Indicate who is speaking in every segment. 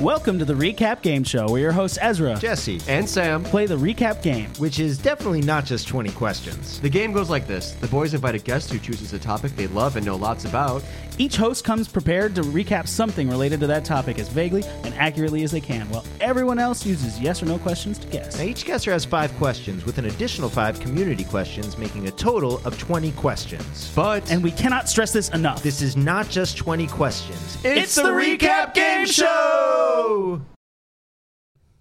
Speaker 1: Welcome to the Recap Game Show, where your hosts Ezra
Speaker 2: Jesse and Sam,
Speaker 1: play the recap game.
Speaker 2: which is definitely not just 20 questions.
Speaker 3: The game goes like this the boys invite a guest who chooses a topic they love and know lots about.
Speaker 1: Each host comes prepared to recap something related to that topic as vaguely and accurately as they can, while everyone else uses yes or no questions to guess.
Speaker 2: Now, each guesser has five questions, with an additional five community questions, making a total of 20 questions.
Speaker 3: But
Speaker 1: And we cannot stress this enough.
Speaker 2: This is not just 20 questions.
Speaker 1: It's the Recap Game Show!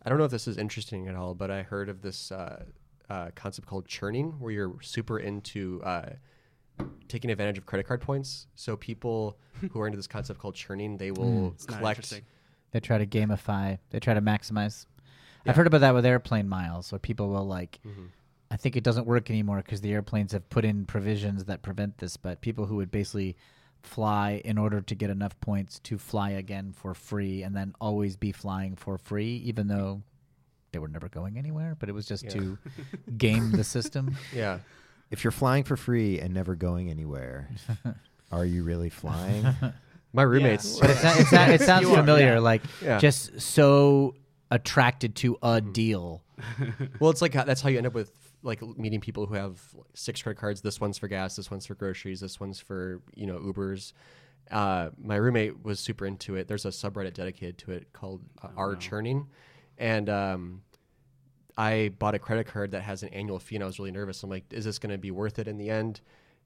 Speaker 3: I don't know if this is interesting at all, but I heard of this uh, uh, concept called churning, where you're super into uh, taking advantage of credit card points. So people who are into this concept called churning, they
Speaker 1: Hmm.
Speaker 3: will collect.
Speaker 4: interesting. They try to gamify. They try to maximize. I've heard about that with airplane miles, where people will like.
Speaker 1: Mm-hmm.
Speaker 4: I think it doesn't work anymore because the airplanes have put in provisions that prevent this. But people who would basically fly in order to get enough points to fly again for free, and then always be flying for free, even though they were never going anywhere. But it was just to game the system.
Speaker 3: Yeah.
Speaker 2: If you're flying for free and never going anywhere, are you really flying?
Speaker 3: My roommates.
Speaker 4: But it, sou- it, sou- it sounds familiar, like
Speaker 3: Yeah.
Speaker 4: just so attracted to a
Speaker 1: Mm-hmm.
Speaker 4: deal.
Speaker 3: Well, it's like how- that's how you end up with like meeting people who have like, six credit cards. This one's for gas. This one's for groceries. This one's for you know Ubers. Uh, my roommate was super into it. There's a subreddit dedicated to it called uh, R Churning, and um, I bought a credit card that has an annual fee, and I was really nervous. I'm like, is this going to be worth it in the end?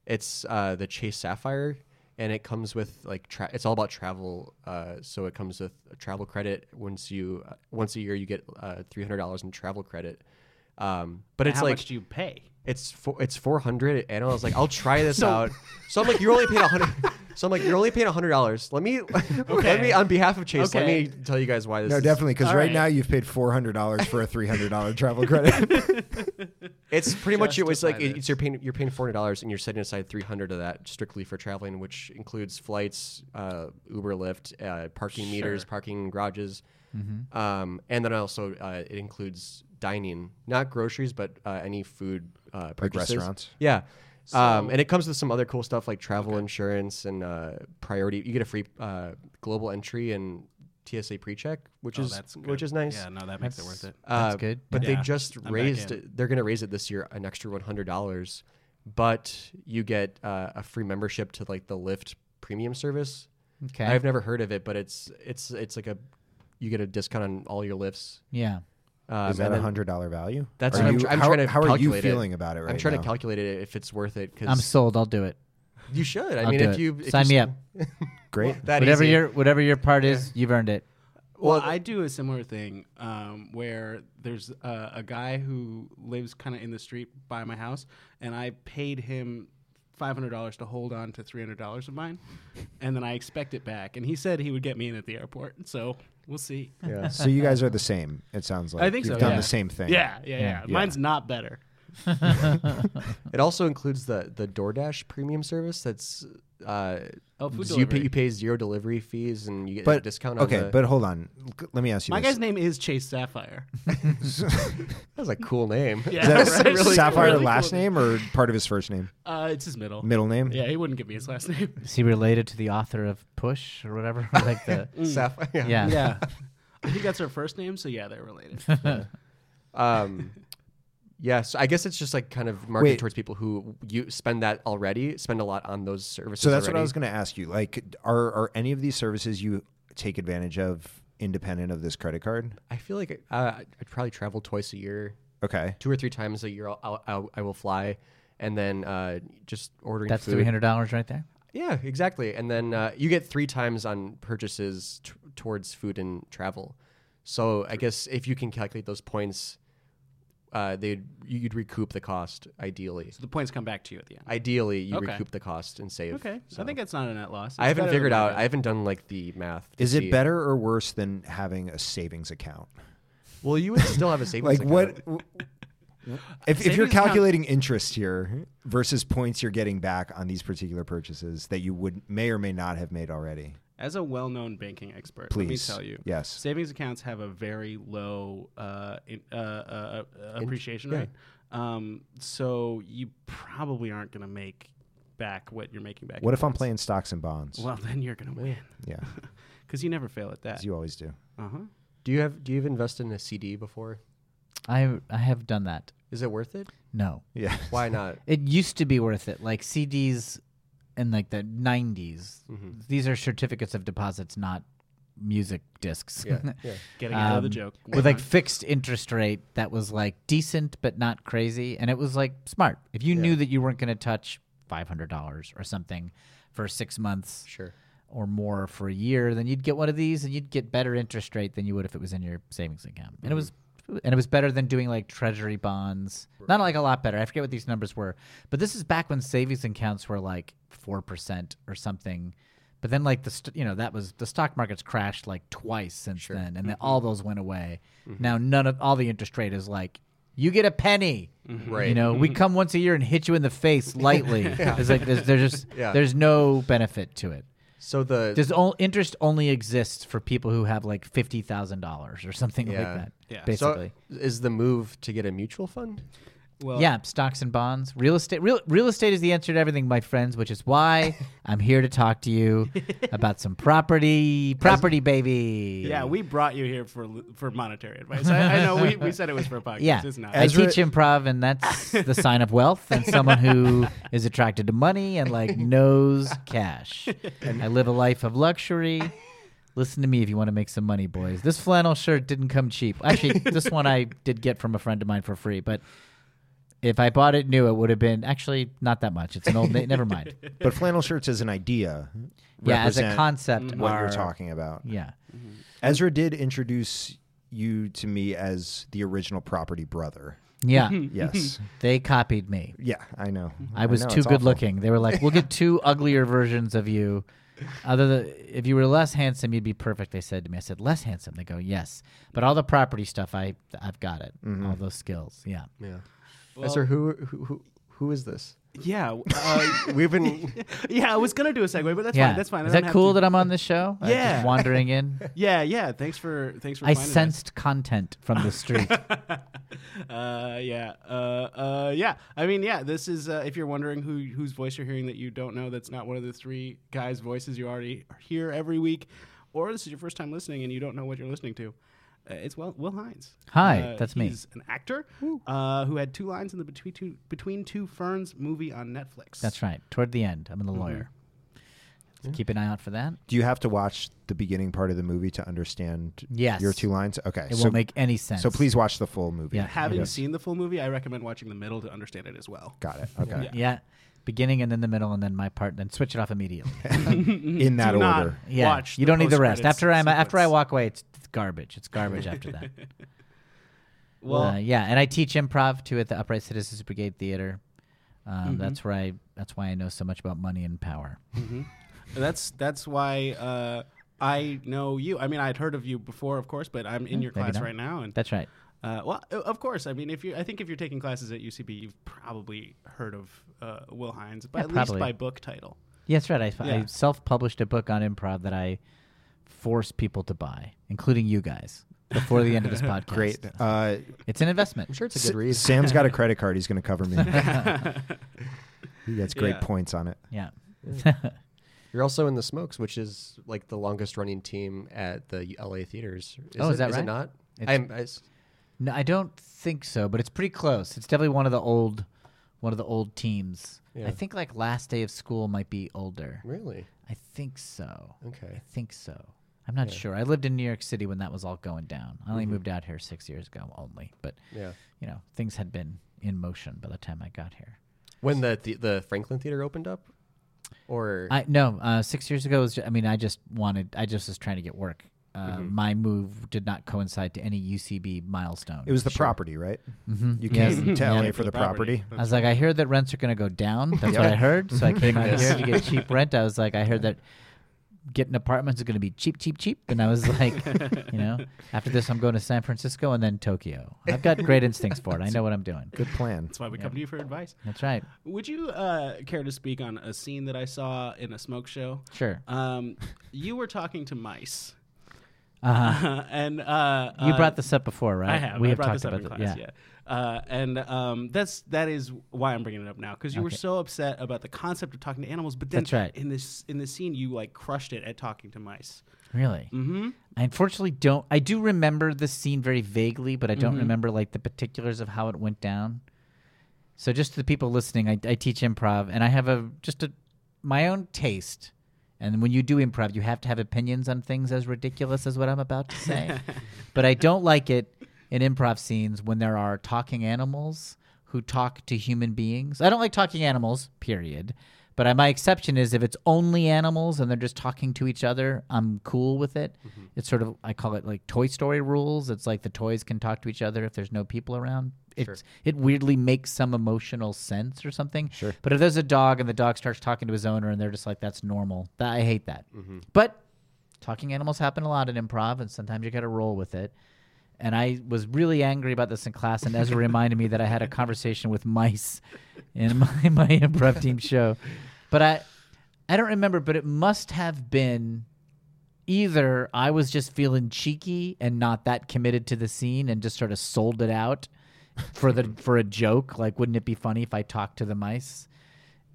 Speaker 3: It's uh, the Chase Sapphire, and it comes with like tra- it's all about travel. Uh, so it comes with a travel credit. Once you uh, once a year, you get uh, three hundred dollars in travel credit. Um, but it's
Speaker 1: How
Speaker 3: like
Speaker 1: much do you pay?
Speaker 3: it's four, it's four hundred, and I was like, I'll try this out. So I'm like, you're only paying a hundred. So I'm like, you're only paying hundred dollars. Let me, let me, on behalf of Chase, let
Speaker 1: Okay.
Speaker 3: me tell you guys why this.
Speaker 5: No,
Speaker 3: is-
Speaker 5: definitely, because
Speaker 1: All
Speaker 5: right,
Speaker 1: right.
Speaker 5: now you've paid four hundred dollars for a three hundred dollar travel credit.
Speaker 3: It's pretty much it was like
Speaker 4: Justify
Speaker 3: it's you're paying you're paying four hundred dollars, and you're setting aside three hundred of that strictly for traveling, which includes flights, uh, Uber, Lyft, uh, parking meters, parking garages, um, and then also uh, it includes dining, not groceries, but uh, any food uh, purchases.
Speaker 5: restaurants?
Speaker 3: Yeah. um, and it comes with some other cool stuff like travel insurance and uh, priority. You get a free uh, global entry and TSA PreCheck, which is which is nice.
Speaker 6: Yeah, no, that makes it worth it.
Speaker 4: That's good.
Speaker 3: Uh, But
Speaker 6: Yeah.
Speaker 3: they just
Speaker 6: back
Speaker 3: raised
Speaker 6: in.
Speaker 3: it. They're going to raise it this year an extra one hundred dollars, but you get uh, a free membership to like the Lyft premium service.
Speaker 4: Okay.
Speaker 3: I've never heard of it, but it's it's it's like a you get a discount on all your lifts.
Speaker 4: yeah.
Speaker 3: Um,
Speaker 5: Is that a
Speaker 3: and then
Speaker 5: hundred dollar value?
Speaker 3: That's
Speaker 5: Are
Speaker 3: what I'm
Speaker 5: you-
Speaker 3: tr- I'm
Speaker 5: how,
Speaker 3: trying to
Speaker 5: How are you
Speaker 3: calculate it.
Speaker 5: feeling about it right
Speaker 3: I'm trying
Speaker 5: now?
Speaker 3: to calculate it if it's worth it because
Speaker 4: I'm sold. I'll do it.
Speaker 3: you should. I
Speaker 4: I'll
Speaker 3: mean,
Speaker 4: do
Speaker 3: if
Speaker 4: it.
Speaker 3: you if
Speaker 4: Sign
Speaker 3: you
Speaker 4: me
Speaker 3: s-
Speaker 4: up.
Speaker 5: Great.
Speaker 3: that
Speaker 4: Whatever
Speaker 3: easy.
Speaker 4: your whatever your part is, you've earned it.
Speaker 3: Well,
Speaker 6: Well, I do a similar thing um, where there's uh, a guy who lives kind of in the street by my house, and I paid him five hundred dollars to hold on to three hundred dollars of mine, and then I expect it back. And he said he would get me in at the airport, so we'll see.
Speaker 3: yeah.
Speaker 5: so you guys are the same. It sounds like
Speaker 6: I think
Speaker 5: you've
Speaker 6: so,
Speaker 5: done
Speaker 6: yeah.
Speaker 5: the same thing.
Speaker 6: Yeah, yeah, yeah. Mine's not better.
Speaker 3: It also includes the the DoorDash premium service. That's uh,
Speaker 6: Oh, food
Speaker 3: so you pay
Speaker 6: delivery.
Speaker 3: you pay zero delivery fees and you get a
Speaker 5: But
Speaker 3: discount.
Speaker 5: okay,
Speaker 3: on the,
Speaker 5: but hold on. G- Let me ask you.
Speaker 6: My
Speaker 5: this.
Speaker 6: guy's name is Chase Sapphire.
Speaker 3: that's a cool name.
Speaker 6: Yeah,
Speaker 5: Is that
Speaker 6: right? Really-
Speaker 5: Sapphire
Speaker 6: really
Speaker 5: last
Speaker 6: cool.
Speaker 5: name or part of his first name?
Speaker 6: Uh, it's his middle.
Speaker 5: Middle name?
Speaker 6: Yeah, he wouldn't give me his last name.
Speaker 4: Is he related to the author of Push or whatever? like the
Speaker 3: Sapphire.
Speaker 5: Mm.
Speaker 4: yeah.
Speaker 6: yeah, I think that's her first name, so yeah, they're related.
Speaker 3: Um, yeah, so I guess it's just like kind of marketed
Speaker 5: Wait.
Speaker 3: towards people who you spend that already, spend a lot on those services.
Speaker 5: So that's what I
Speaker 3: already.
Speaker 5: was going to ask you. Like, are are any of these services you take advantage of independent of this credit card?
Speaker 3: I feel like uh, I I'd probably travel twice a year,
Speaker 5: Okay.
Speaker 3: two or three times a year. I'll, I'll, I'll, I will fly, and then uh, just ordering.
Speaker 4: That's
Speaker 3: food.
Speaker 4: three hundred dollars right there.
Speaker 3: Yeah, exactly. And then uh, you get three times on purchases t- towards food and travel. So I guess if you can calculate those points, uh, they'd you'd recoup the cost ideally.
Speaker 6: so the points come back to you at the end.
Speaker 3: Ideally, you
Speaker 6: Okay.
Speaker 3: recoup the cost and save.
Speaker 6: Okay,
Speaker 3: So
Speaker 6: I think it's not a net loss.
Speaker 3: I
Speaker 6: It's
Speaker 3: haven't
Speaker 6: better
Speaker 3: figured
Speaker 6: than
Speaker 3: out.
Speaker 6: that.
Speaker 3: I haven't done like the math. to
Speaker 5: Is
Speaker 3: see.
Speaker 5: it better or worse than having a savings account?
Speaker 3: Well, you would still have a
Speaker 5: Like
Speaker 3: savings. account.
Speaker 5: what? If, if you're
Speaker 6: Savings account-
Speaker 5: calculating interest here versus points you're getting back on these particular purchases that you would may or may not have made already,
Speaker 6: As a well-known banking expert, let me
Speaker 5: Please.
Speaker 6: tell you,
Speaker 5: Yes.
Speaker 6: savings accounts have a very low uh, in, uh, uh, uh, appreciation rate. Um, so you probably aren't going to make back what you're making back.
Speaker 5: What
Speaker 6: in
Speaker 5: if I'm
Speaker 6: points.
Speaker 5: playing stocks and bonds?
Speaker 6: Well, then you're gonna win
Speaker 5: yeah,
Speaker 6: because you never fail at that.
Speaker 5: as you always do.
Speaker 6: Uh huh.
Speaker 3: Do you have Do you have invested in a CD before?
Speaker 4: I I have done that.
Speaker 3: Is it worth it?
Speaker 4: No,
Speaker 5: Yeah.
Speaker 3: Why not?
Speaker 4: it used to be worth it. Like CDs in like the 90s.
Speaker 3: Mm-hmm.
Speaker 4: These are certificates of deposits, not music discs.
Speaker 3: Yeah, yeah.
Speaker 6: Getting out of the
Speaker 4: Um,
Speaker 6: joke
Speaker 4: with like fixed interest rate that was like decent but not crazy and it was like smart if you knew that you weren't going to touch $500 or something for six months
Speaker 3: Sure.
Speaker 4: or more for a year then you'd get one of these and you'd get better interest rate than you would if it was in your savings account and it was and it was better than doing like treasury bonds not like a lot better i forget what these numbers were but this is back when savings accounts were like 4% or something but then, like the st- you know that was the stock market's crashed like twice since then, and then all those went away. Now none of all the interest rate is like you get a penny.
Speaker 3: Right.
Speaker 4: You know, we
Speaker 6: Mm-hmm.
Speaker 4: come once a year and hit you in the face lightly. It's like there's, there's just
Speaker 3: Yeah.
Speaker 4: there's no benefit to it.
Speaker 3: So the
Speaker 4: There's all interest only exists for people who have like fifty thousand dollars or something
Speaker 3: Yeah.
Speaker 4: like that.
Speaker 6: Yeah.
Speaker 4: basically.
Speaker 3: So is the move to get a mutual fund?
Speaker 6: well,
Speaker 4: yeah, stocks and bonds, real estate. Real real estate is the answer to everything, my friends. Which is why I'm here to talk to you about some property, property, baby.
Speaker 6: Yeah, we brought you here for for monetary advice. I, I know we, we said it was for a podcast.
Speaker 4: Yeah,
Speaker 6: It's not.
Speaker 4: I
Speaker 5: Ezra-
Speaker 4: teach improv, and that's the sign of wealth and someone who is attracted to money and like knows cash. I live a life of luxury. Listen to me if you want to make some money, boys. This flannel shirt didn't come cheap. Actually, this one I did get from a friend of mine for free, but if I bought it new, it would have been actually not that much. It's an old. na- never mind.
Speaker 5: But flannel shirts as an idea.
Speaker 4: Yeah, as a
Speaker 5: represent
Speaker 4: concept,
Speaker 5: What you're
Speaker 4: are-
Speaker 5: talking about.
Speaker 4: Yeah,
Speaker 5: Ezra did introduce you to me as the original property brother.
Speaker 4: yeah.
Speaker 5: Yes.
Speaker 4: they copied me.
Speaker 5: yeah, I know.
Speaker 4: I was
Speaker 5: know,
Speaker 4: too
Speaker 5: it's
Speaker 4: good
Speaker 5: awful.
Speaker 4: looking. They were like, "We'll get two uglier versions of you. Other than if you were less handsome, you'd be perfect." They said to me. I said, "Less handsome." They go, "Yes, but all the property stuff, I I've got it.
Speaker 5: Mm-hmm.
Speaker 4: All those skills, yeah."
Speaker 3: Yeah. Esther, who, who who who is this?
Speaker 6: yeah, uh,
Speaker 3: We've been
Speaker 6: yeah. I was gonna do a segue, but that's
Speaker 4: yeah,
Speaker 6: fine. That's fine. I
Speaker 4: Is
Speaker 6: don't
Speaker 4: that
Speaker 6: have
Speaker 4: cool
Speaker 6: to-
Speaker 4: that I'm on this show? I'm just
Speaker 6: Yeah.
Speaker 4: wandering in.
Speaker 6: yeah, yeah. Thanks for thanks for.
Speaker 4: I
Speaker 6: finding us.
Speaker 4: sensed content from the street.
Speaker 6: Uh, yeah. Uh, uh, yeah. I mean, yeah. This is uh, if you're wondering who whose voice you're hearing that you don't know. That's not one of the three guys' voices you already hear every week, or this is your first time listening and you don't know what you're listening to. Uh, it's Will, Will Hines.
Speaker 4: Hi,
Speaker 6: Uh,
Speaker 4: that's me.
Speaker 6: He's an actor uh, who had two lines in the Between Two, Between Two Ferns movie on Netflix.
Speaker 4: That's right. Toward the end, I'm the
Speaker 5: Mm-hmm.
Speaker 4: lawyer. So Keep an eye out for that.
Speaker 5: Do you have to watch the beginning part of the movie to understand
Speaker 4: Yes.
Speaker 5: your two lines? Okay.
Speaker 4: It
Speaker 5: so,
Speaker 4: won't make any sense.
Speaker 5: so please watch the full movie.
Speaker 4: Yeah.
Speaker 6: Having
Speaker 5: Yes.
Speaker 6: seen the full movie, I recommend watching the middle to understand it as well.
Speaker 5: Got it. Okay.
Speaker 4: yeah, beginning and then the middle and then my part, then switch it off immediately.
Speaker 5: In that
Speaker 6: Do not
Speaker 5: order.
Speaker 4: Yeah,
Speaker 6: watch
Speaker 4: you
Speaker 6: the
Speaker 4: don't need the rest.
Speaker 6: post-credits
Speaker 4: After I'm after I
Speaker 6: sequence.
Speaker 4: walk away, it's, it's garbage. It's garbage after that.
Speaker 6: Well,
Speaker 4: uh, yeah, and I teach improv too at the Upright Citizens Brigade Theater. Um,
Speaker 6: Mm-hmm.
Speaker 4: That's where I. That's why I know so much about money and power.
Speaker 6: That's that's why uh, I know you. I mean, I'd heard of you before, of course, but I'm in your
Speaker 4: maybe
Speaker 6: class
Speaker 4: not.
Speaker 6: right now, and
Speaker 4: That's right.
Speaker 6: uh, well, o- of course. I mean, if you, I think if you're taking classes at UCB, you've probably heard of uh, Will Hines, but
Speaker 4: Yeah,
Speaker 6: at
Speaker 4: probably.
Speaker 6: least by book title.
Speaker 4: Yeah, that's right. I,
Speaker 6: Yeah.
Speaker 4: I self-published a book on improv that I force people to buy, including you guys, before the end of this podcast.
Speaker 5: Great. Uh,
Speaker 4: It's an investment.
Speaker 3: I'm sure it's a good read.
Speaker 5: S- Sam's got a credit card. He's going to cover me. he gets great
Speaker 6: Yeah.
Speaker 5: points on it.
Speaker 4: Yeah.
Speaker 3: You're also in the Smokes, which is like the longest running team at the LA theaters. Is
Speaker 4: Oh,
Speaker 3: it,
Speaker 4: is that
Speaker 3: it
Speaker 4: right?
Speaker 3: not?
Speaker 4: It's-
Speaker 3: I'm, I s-
Speaker 4: No, I don't think so, but it's pretty close. It's definitely one of the old, one of the old teams.
Speaker 3: Yeah.
Speaker 4: I think like last day of school might be older.
Speaker 3: really
Speaker 4: I think so.
Speaker 3: okay.
Speaker 4: I think so. I'm not sure. I lived in New York City when that was all going down. I
Speaker 5: Mm-hmm.
Speaker 4: only moved out here six years ago, only. But
Speaker 3: Yeah.
Speaker 4: you know, things had been in motion by the time I got here.
Speaker 3: When the the, the Franklin Theater opened up, or
Speaker 4: I no, uh, six years ago was. ju- I mean, I just wanted. I just was trying to get work. Uh,
Speaker 5: Mm-hmm.
Speaker 4: My move did not coincide to any UCB milestone.
Speaker 5: It was the property, right? Mm-hmm. You
Speaker 4: Yes.
Speaker 5: came to
Speaker 4: Yeah.
Speaker 5: LA
Speaker 4: Yeah,
Speaker 5: for the property.
Speaker 4: I was like, I heard that rents are going to go down. That's what I heard. So I came out here to get cheap rent. I was like, I heard that getting apartments is going to be cheap, cheap, cheap. And I was like, you know, after this, I'm going to San Francisco and then Tokyo. I've got great instincts for it. I know what I'm doing.
Speaker 5: Good plan.
Speaker 6: That's why we come to you for advice.
Speaker 4: That's right.
Speaker 6: Would you uh, care to speak on a scene that I saw in a smoke show?
Speaker 4: Sure.
Speaker 6: Um, you were talking to mice. and uh,
Speaker 4: Uh-huh. You
Speaker 6: uh,
Speaker 4: brought this up before, right?
Speaker 6: I have.
Speaker 4: We
Speaker 6: I
Speaker 4: have
Speaker 6: brought
Speaker 4: talked
Speaker 6: this up
Speaker 4: about
Speaker 6: in
Speaker 4: it.
Speaker 6: class, yeah. Uh, and um, that's that is why I'm bringing it up now because you were so upset about the concept of talking to animals, but then
Speaker 4: That's right.
Speaker 6: in this in this scene you like crushed it at talking to mice.
Speaker 4: Really?
Speaker 6: Mm-hmm.
Speaker 4: I unfortunately don't. I do remember this scene very vaguely, but I don't remember like the particulars of how it went down. So, just to the people listening, I, I teach improv, and I have a just a my own taste. And when you do improv, you have to have opinions on things as ridiculous as what I'm about to say. but I don't like it in improv scenes when there are talking animals who talk to human beings. I don't like talking animals, period. But I, my exception is if it's only animals and they're just talking to each other, I'm cool with it. It's sort of I call it like Toy Story rules. It's like the toys can talk to each other if there's no people around. It's it weirdly makes some emotional sense or something. Sure. But if there's a dog and the dog starts talking to his owner and they're just like that's normal. That I hate that. But talking animals happen a lot in improv, and sometimes you got to roll with it. And I was really angry about this in class, and Ezra reminded me that I had a conversation with mice in my, my improv team show. But I, I don't remember, but it must have been either I was just feeling cheeky and not that committed to the scene and just sort of sold it out for the for a joke. Like, wouldn't it be funny if I talked to the mice?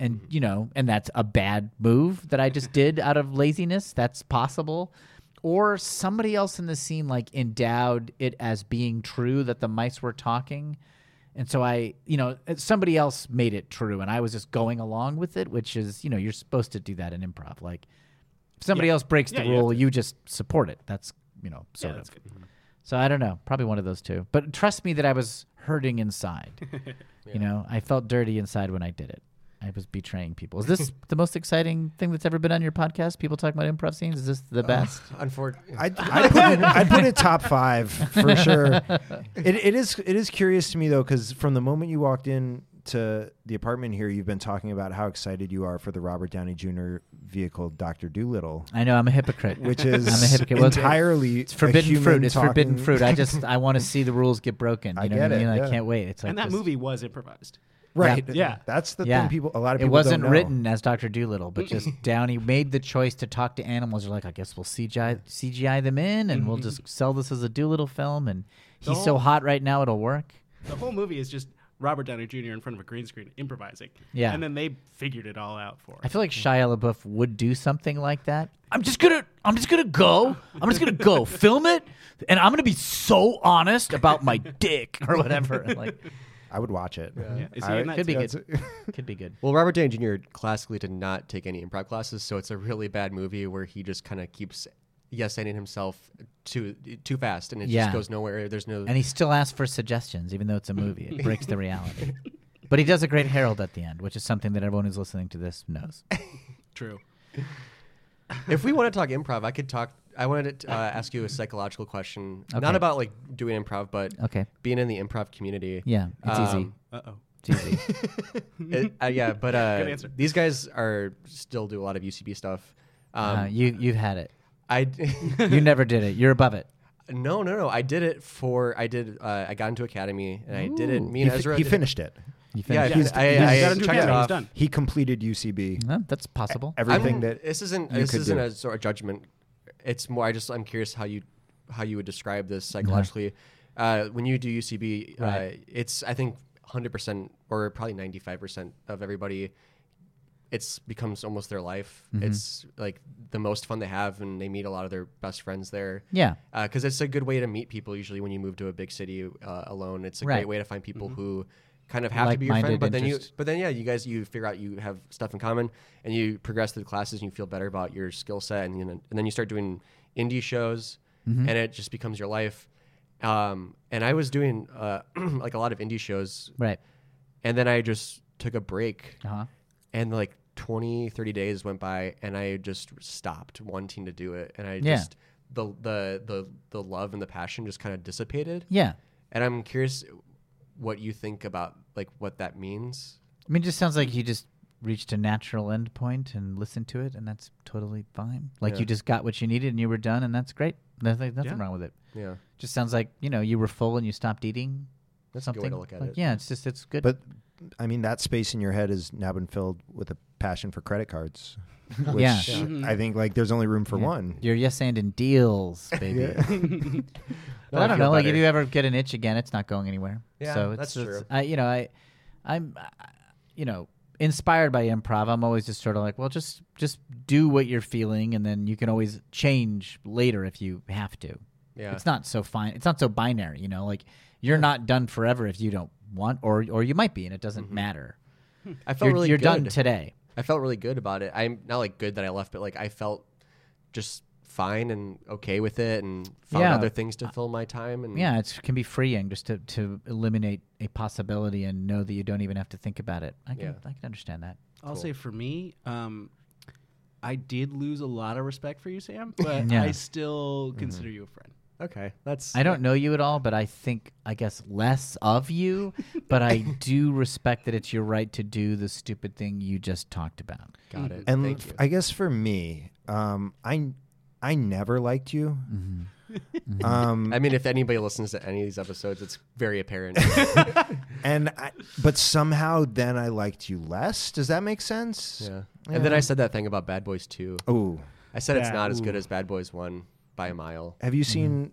Speaker 4: and you know and that's a bad move that i just did out of laziness that's possible or somebody else in the scene like endowed it as being true that the mice were talking and so i you know uh, somebody else made it true and i was just going along with it which is you know you're supposed to do that in improv like if somebody else breaks the
Speaker 6: Yeah, you have
Speaker 4: rule you just support it that's you know sort
Speaker 6: that's Mm-hmm.
Speaker 4: of so i don't know probably one of those two but trust me that i was hurting inside you know i felt dirty inside when i did it I was betraying people. Is this the most exciting thing that's ever been on your podcast? People talking about improv scenes? Is this
Speaker 6: Uh.
Speaker 4: the best?
Speaker 3: Unfortunately,
Speaker 5: I I put it I put it top five for sure. It, it is it is curious to me though because from the moment you walked in to the apartment here, you've been talking about how excited you are for the Robert Downey Jr. vehicle Doctor Doolittle,
Speaker 4: I know I'm a hypocrite.
Speaker 5: which is
Speaker 4: I'm a hypocrite. Well, it's-
Speaker 5: entirely
Speaker 4: it's forbidden fruit. It's forbidden
Speaker 5: talking-
Speaker 4: fruit. I just I want to see the rules get broken. You
Speaker 5: I
Speaker 4: know
Speaker 5: get
Speaker 4: what I
Speaker 5: it,
Speaker 4: mean?
Speaker 5: yeah.
Speaker 4: I can't wait. It's like
Speaker 6: and that
Speaker 4: this-
Speaker 6: movie was improvised.
Speaker 5: right?
Speaker 6: Yeah.
Speaker 5: that's the
Speaker 4: yeah.
Speaker 5: thing. People a lot of
Speaker 4: it
Speaker 5: people don't
Speaker 4: wasn't
Speaker 5: know.
Speaker 4: written as Doctor Doolittle, but just Downey made the choice to talk to animals. They're like, I guess we'll CGI CGI them in, and we'll
Speaker 5: Mm-hmm.
Speaker 4: just sell this as a Doolittle film. And he's so
Speaker 6: Don't-
Speaker 4: hot right now, it'll work.
Speaker 6: The whole movie is just Robert Downey Jr. in front of a green screen improvising.
Speaker 4: Yeah.
Speaker 6: and then they figured it all out for.
Speaker 4: I
Speaker 6: us.
Speaker 4: feel like Shia LaBeouf would do something like that. I'm just gonna, I'm just gonna go. I'm just gonna go film it, and I'm gonna be so honest about my dick or whatever. Like,
Speaker 5: I would watch it.
Speaker 6: Yeah. Is he
Speaker 5: I-
Speaker 6: in that
Speaker 4: could be
Speaker 6: too?
Speaker 4: good. Could be good.
Speaker 3: Well, Robert Downey Jr. classically did not take any improv classes, so it's a really bad movie where he just kind of keeps yes ending himself too too fast, and it
Speaker 4: Yeah.
Speaker 3: just goes nowhere. There's no
Speaker 4: And he still asks for suggestions, even though it's a movie. It breaks the reality. But he does a great Herald at the end, which is something that everyone who's listening to this knows.
Speaker 6: True.
Speaker 3: if we want to talk improv, I could talk. I wanted to uh, ask you a psychological question, not
Speaker 4: Okay.
Speaker 3: about like doing improv, but
Speaker 4: Okay.
Speaker 3: being in the improv community.
Speaker 4: Yeah, it's
Speaker 3: Um,
Speaker 6: Uh oh.
Speaker 4: easy. It's easy.
Speaker 3: it- uh, yeah, but uh,
Speaker 6: answer.
Speaker 3: these guys are still do a lot of UCB stuff. Um,
Speaker 4: Uh, you you've had it.
Speaker 3: I
Speaker 4: You never did it. You're above it.
Speaker 3: no no no. I did it for I did uh, I got into academy and I did it. Me
Speaker 5: He,
Speaker 3: and
Speaker 5: fi-
Speaker 3: Ezra.
Speaker 5: he
Speaker 3: did-
Speaker 5: finished it.
Speaker 4: You
Speaker 3: Yeah,
Speaker 4: finished.
Speaker 3: I, I, I,
Speaker 6: He's got into
Speaker 3: checked
Speaker 6: academy.
Speaker 3: it
Speaker 6: He's
Speaker 3: off.
Speaker 6: done.
Speaker 5: He completed UCB.
Speaker 4: Huh, that's possible.
Speaker 5: Everything
Speaker 3: I'm-
Speaker 5: that
Speaker 3: this isn't
Speaker 5: you
Speaker 3: this
Speaker 5: could
Speaker 3: isn't
Speaker 5: do.
Speaker 3: a sort of judgment. It's more. I just I'm curious how you how you would describe this
Speaker 5: Uh-huh.
Speaker 3: psychologically. Uh, when you do UCB, uh,
Speaker 4: Right.
Speaker 3: it's I think 100 percent or probably 95 percent of everybody. It's becomes almost their life.
Speaker 5: Mm-hmm.
Speaker 3: It's like the most fun they have, and they meet a lot of their best friends there.
Speaker 4: Yeah.
Speaker 3: because it's a good way to meet people. Usually, when you move to a big city uh, alone, it's a
Speaker 4: Right.
Speaker 3: great way to find people
Speaker 5: Mm-hmm.
Speaker 3: who kind of have to be your friend,
Speaker 4: Like-minded
Speaker 3: but then you
Speaker 4: interest.
Speaker 3: but then yeah, you guys you figure out you have stuff in common and you progress through the classes and you feel better about your skill set and you know, and then you start doing indie shows
Speaker 4: Mm-hmm.
Speaker 3: and it just becomes your life. Um, and I was doing uh, like a lot of indie shows
Speaker 4: Right.
Speaker 3: and then I just took a break
Speaker 4: Uh huh.
Speaker 3: and like 20 30 days went by and I just stopped wanting to do it and I
Speaker 4: Yeah.
Speaker 3: just the the the the love and the passion just kind of dissipated.
Speaker 4: Yeah.
Speaker 3: And I'm curious what you think about like what that means.
Speaker 4: I mean, it just sounds like you just reached a natural end point and listened to it, and that's totally fine. Like
Speaker 3: Yeah.
Speaker 4: you just got what you needed and you were done, and that's great. Nothing, nothing
Speaker 6: Yeah.
Speaker 4: wrong with it.
Speaker 3: Yeah.
Speaker 4: Just sounds like you know you were full and you stopped eating.
Speaker 3: That's a good
Speaker 4: something.
Speaker 3: way to look at
Speaker 4: like,
Speaker 3: it.
Speaker 4: Yeah, it's just it's good.
Speaker 5: But I mean, that space in your head has now been filled with a passion for credit cards. which
Speaker 4: Yeah.
Speaker 5: I think like there's only room for one.
Speaker 4: You're yes and in deals, baby. But I don't know. Like if you ever get an itch again, it's not going anywhere.
Speaker 3: Yeah,
Speaker 4: so it's,
Speaker 3: that's
Speaker 4: it's-
Speaker 3: true.
Speaker 4: I, you know, I, I'm, I, you know, inspired by improv. I'm always just sort of like, well, just just do what you're feeling, and then you can always change later if you have to.
Speaker 3: Yeah.
Speaker 4: it's not so fine. It's not so binary. You know, like you're not done forever if you don't want, or or you might be, and it doesn't matter.
Speaker 3: I Mm-hmm. felt
Speaker 4: You're,
Speaker 3: really
Speaker 4: you're
Speaker 3: good.
Speaker 4: done today.
Speaker 3: I felt really good about it. I'm not like good that I left, but like I felt just fine and okay with it, and found
Speaker 4: Yeah.
Speaker 3: other things to fill my time. And
Speaker 4: Yeah, it can be freeing just to, to eliminate a possibility and know that you don't even have to think about it. I can
Speaker 3: Yeah.
Speaker 4: I can understand that.
Speaker 6: I'll say for me, um, I did lose a lot of respect for you, Sam, but
Speaker 4: Yeah. Mm-hmm.
Speaker 6: I still consider you a friend.
Speaker 3: okay, that's
Speaker 4: I don't know you at all, but I think I guess less of you, but I do respect that it's your right to do the stupid thing you just talked about.
Speaker 3: got it.
Speaker 5: And
Speaker 3: Thank
Speaker 5: f-
Speaker 3: you.
Speaker 5: I guess for me, um, I I never liked you.
Speaker 4: Mm-hmm.
Speaker 5: um,
Speaker 3: I mean, if anybody listens to any of these episodes, it's very apparent.
Speaker 5: and I, but somehow then I liked you less. Does that make sense?
Speaker 3: yeah. And then I said that thing about Bad Boys Two.
Speaker 5: Oh,
Speaker 3: I said it's
Speaker 6: Yeah,
Speaker 3: not as
Speaker 6: ooh.
Speaker 3: good as Bad Boys One by a mile.
Speaker 5: have
Speaker 4: Mm-hmm.
Speaker 5: you seen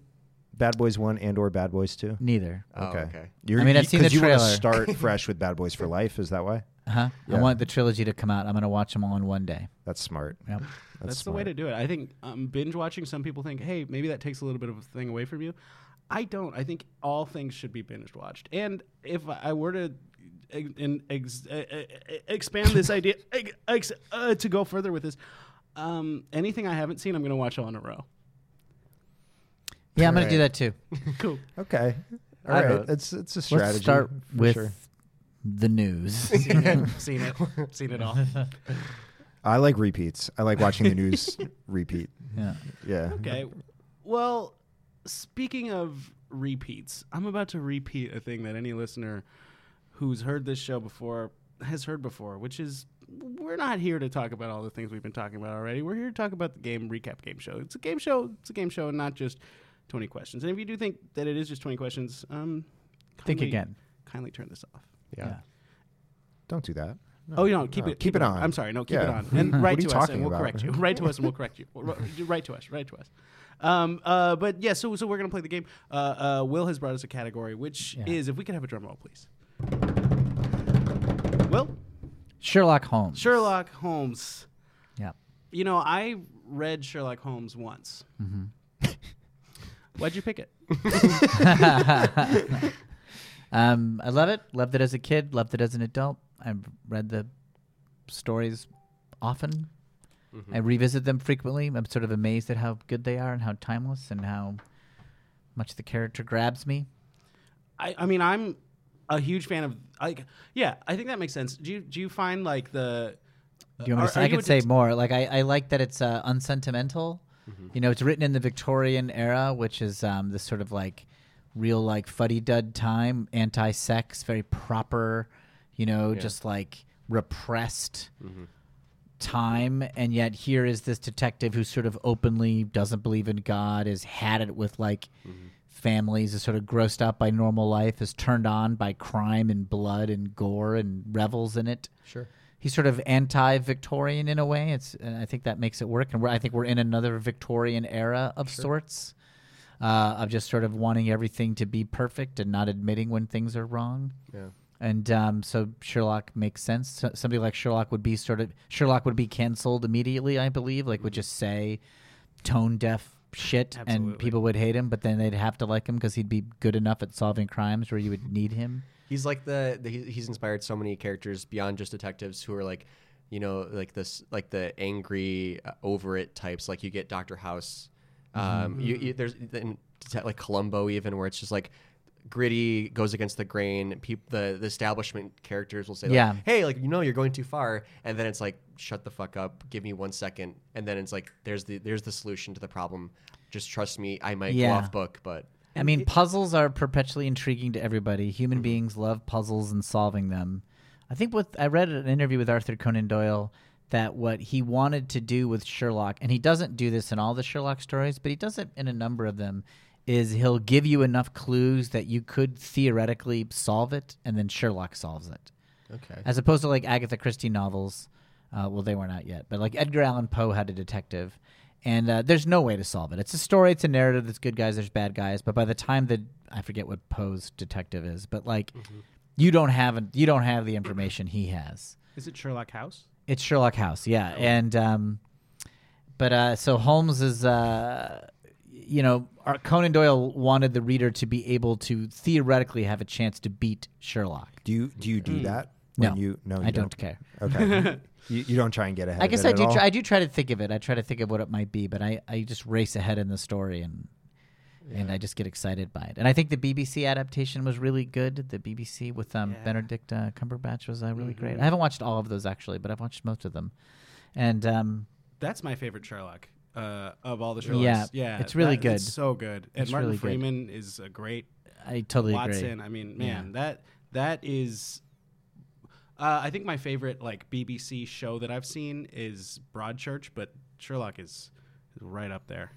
Speaker 5: Bad Boys One and or Bad Boys Two?
Speaker 4: Neither.
Speaker 3: Oh, okay.
Speaker 5: You're,
Speaker 4: I mean, I've
Speaker 5: you-
Speaker 4: seen the
Speaker 5: 'cause you wanna
Speaker 4: trailer.
Speaker 5: Start fresh with Bad Boys for Life. Is that why?
Speaker 4: Huh?
Speaker 5: Yeah.
Speaker 4: Uh-huh. I want the trilogy to come out. I'm going to watch them all in one day.
Speaker 5: That's smart.
Speaker 4: Yep.
Speaker 5: That's,
Speaker 6: That's, the way
Speaker 5: smart.
Speaker 6: to do it. I think um, binge watching. Some people think, hey, maybe that takes a little bit of a thing away from you. I don't. I think all things should be binge watched. And if I were to ex- and ex- uh, uh, expand this idea ex- ex- uh, to go further with this, um, anything I haven't seen, I'm going to watch all in a row.
Speaker 4: Yeah, I'm going
Speaker 5: Right.
Speaker 4: to do that too.
Speaker 6: Cool.
Speaker 5: Okay. All
Speaker 3: I
Speaker 5: right.
Speaker 3: don't-
Speaker 5: It's it's a strategy.
Speaker 4: Let's start
Speaker 5: for
Speaker 4: with
Speaker 5: sure.
Speaker 4: the news.
Speaker 6: Seen it. seen it. Seen it all.
Speaker 5: I like repeats. I like watching the news repeat.
Speaker 4: yeah.
Speaker 5: Yeah.
Speaker 6: Okay. Well, speaking of repeats, I'm about to repeat a thing that any listener who's heard this show before has heard before, which is we're not here to talk about all the things we've been talking about already. We're here to talk about the game recap game show. It's a game show. It's a game show, and not just 20 questions. And if you do think that it is just 20 questions, um,
Speaker 4: Think
Speaker 6: kindly-
Speaker 4: again.
Speaker 6: Kindly turn this off.
Speaker 3: Yeah.
Speaker 4: Yeah.
Speaker 5: Don't do that.
Speaker 6: Oh, you know, keep
Speaker 5: No,
Speaker 6: it
Speaker 5: keep it on.
Speaker 6: I'm sorry, no, keep
Speaker 5: Yeah.
Speaker 6: it on. And
Speaker 5: What
Speaker 6: write
Speaker 5: are you
Speaker 6: to us,
Speaker 5: talking
Speaker 6: and we'll
Speaker 5: about?
Speaker 6: correct you. Write to us, and we'll correct you. Or, uh, Write to us. Write to us. Um, uh, but yeah, so so we're gonna play the game. Uh, uh, Will has brought us a category, which
Speaker 4: Yeah.
Speaker 6: is if we could have a drum roll, please. Will
Speaker 4: Sherlock Holmes.
Speaker 6: Sherlock Holmes.
Speaker 4: Yeah.
Speaker 6: You know, I read Sherlock Holmes once.
Speaker 5: Mm-hmm.
Speaker 6: Why'd you pick it?
Speaker 4: Um, I love it. Loved it as a kid. Loved it as an adult. I've read the stories often.
Speaker 6: Mm-hmm.
Speaker 4: I revisit them frequently. I'm sort of amazed at how good they are and how timeless and how much the character grabs me.
Speaker 6: I, I mean, I'm a huge fan of like, yeah, I think that makes sense. Do you do you find like the
Speaker 4: Do you want me
Speaker 6: Are-
Speaker 4: to say?
Speaker 6: are
Speaker 4: I
Speaker 6: you
Speaker 4: could
Speaker 6: a
Speaker 4: say
Speaker 6: det-
Speaker 4: more. Like I, I like that it's uh, unsentimental.
Speaker 6: Mm-hmm.
Speaker 4: You know, it's written in the Victorian era, which is um, this sort of like real like fuddy dud time, anti sex, very proper. You know, just like repressed time, and yet here is this detective who sort of openly doesn't believe in God, is had it with like. Families is sort of grossed out by normal life, is turned on by crime and blood and gore and revels in it
Speaker 3: Sure.
Speaker 4: he's sort of anti-Victorian in a way. It's and I think that makes it work, and we're, I think we're in another Victorian era of sorts, uh, of just sort of wanting everything to be perfect and not admitting when things are wrong.
Speaker 3: Yeah.
Speaker 4: And um, so Sherlock makes sense. So, somebody like Sherlock would be sort of Sherlock would be canceled immediately, I believe. Like would just say tone deaf shit,
Speaker 6: Absolutely.
Speaker 4: and people would hate him. But then they'd have to like him because he'd be good enough at solving crimes where you would need him.
Speaker 3: He's like the, the he- he's inspired so many characters beyond just detectives who are like, you know, like this like the angry uh, over it types. Like you get Doctor House. Um, you,
Speaker 4: Mm-hmm.
Speaker 3: you there's in, like Columbo even where it's just like gritty goes against the grain. Peop, the the establishment characters will say, like,
Speaker 4: Yeah.
Speaker 3: hey, like you know you're going too far, and then it's like shut the fuck up, give me one second, and then it's like there's the there's the solution to the problem. Just trust me, I might go
Speaker 4: Yeah.
Speaker 3: off book, but
Speaker 4: I mean, puzzles are perpetually intriguing to everybody. Human beings love puzzles and solving them. I think what I read an interview with Arthur Conan Doyle that what he wanted to do with Sherlock, and he doesn't do this in all the Sherlock stories, but he does it in a number of them, is he'll give you enough clues that you could theoretically solve it, and then Sherlock solves it
Speaker 3: okay,
Speaker 4: as opposed to like Agatha Christie novels Uh, well, they weren't out yet, but like Edgar Allan Poe had a detective, and uh, there's no way to solve it. It's a story, it's a narrative. There's good guys, there's bad guys, but by the time the I forget what Poe's detective is, but like you don't have an- you don't have the information he has.
Speaker 6: Is it Sherlock House?
Speaker 4: It's Sherlock House, yeah, and um, but uh, so Holmes is, uh, you know, our Conan Doyle wanted the reader to be able to theoretically have a chance to beat Sherlock.
Speaker 5: Do you do you do that?
Speaker 4: No.
Speaker 5: When you no, Oh, you
Speaker 4: I don't care.
Speaker 5: Okay, you, you don't try and get ahead.
Speaker 4: I
Speaker 5: of
Speaker 4: guess
Speaker 5: it
Speaker 4: I
Speaker 5: at
Speaker 4: do.
Speaker 5: all?
Speaker 4: Try, I do try to think of it. I try to think of what it might be, but I, I just race ahead in the story and and I just get excited by it. And I think the BBC adaptation was really good. The BBC with um,
Speaker 6: Yeah.
Speaker 4: Benedict uh, Cumberbatch was uh, really
Speaker 5: Mm-hmm.
Speaker 4: great. I haven't watched all of those actually, but I've watched most of them. And um,
Speaker 6: That's my favorite Sherlock uh, of all the Sherlocks.
Speaker 4: Yeah,
Speaker 6: Yeah,
Speaker 4: it's really
Speaker 6: that- It's
Speaker 4: good.
Speaker 6: so good. And
Speaker 4: It's
Speaker 6: Martin
Speaker 4: really good.
Speaker 6: Freeman is a great
Speaker 4: I totally
Speaker 6: Watson.
Speaker 4: agree.
Speaker 6: I mean, man, that that is. Uh, I think my favorite like BBC show that I've seen is Broadchurch, but Sherlock is is right up there.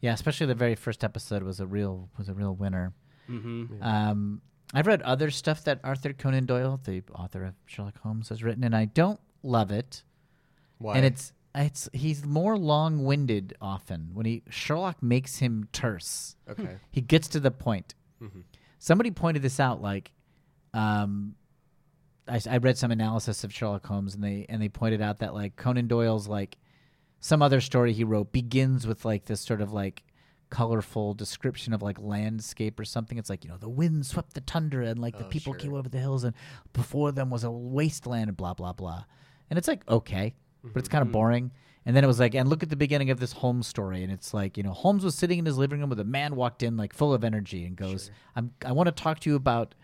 Speaker 4: Yeah, especially the very first episode was a real was a real winner.
Speaker 6: Mm-hmm.
Speaker 4: Um, I've read other stuff that Arthur Conan Doyle, the author of Sherlock Holmes, has written, and I don't love it.
Speaker 3: Why?
Speaker 4: And it's it's he's more long-winded often. When he Sherlock makes him terse,
Speaker 3: okay.
Speaker 4: he gets to the point. Somebody pointed this out. Like, um, I, s- I read some analysis of Sherlock Holmes, and they and they pointed out that like Conan Doyle's like some other story he wrote begins with like this sort of like colorful description of like landscape or something it's like you know the wind swept the tundra and like the
Speaker 3: Oh,
Speaker 4: people
Speaker 3: sure.
Speaker 4: came over the hills and before them was a wasteland and blah blah blah and it's like okay but it's kind
Speaker 3: Mm-hmm.
Speaker 4: of boring and then it was like and look at the beginning of this holmes story and it's like you know holmes was sitting in his living room with a man walked in like full of energy and goes I'm, i want to talk to you about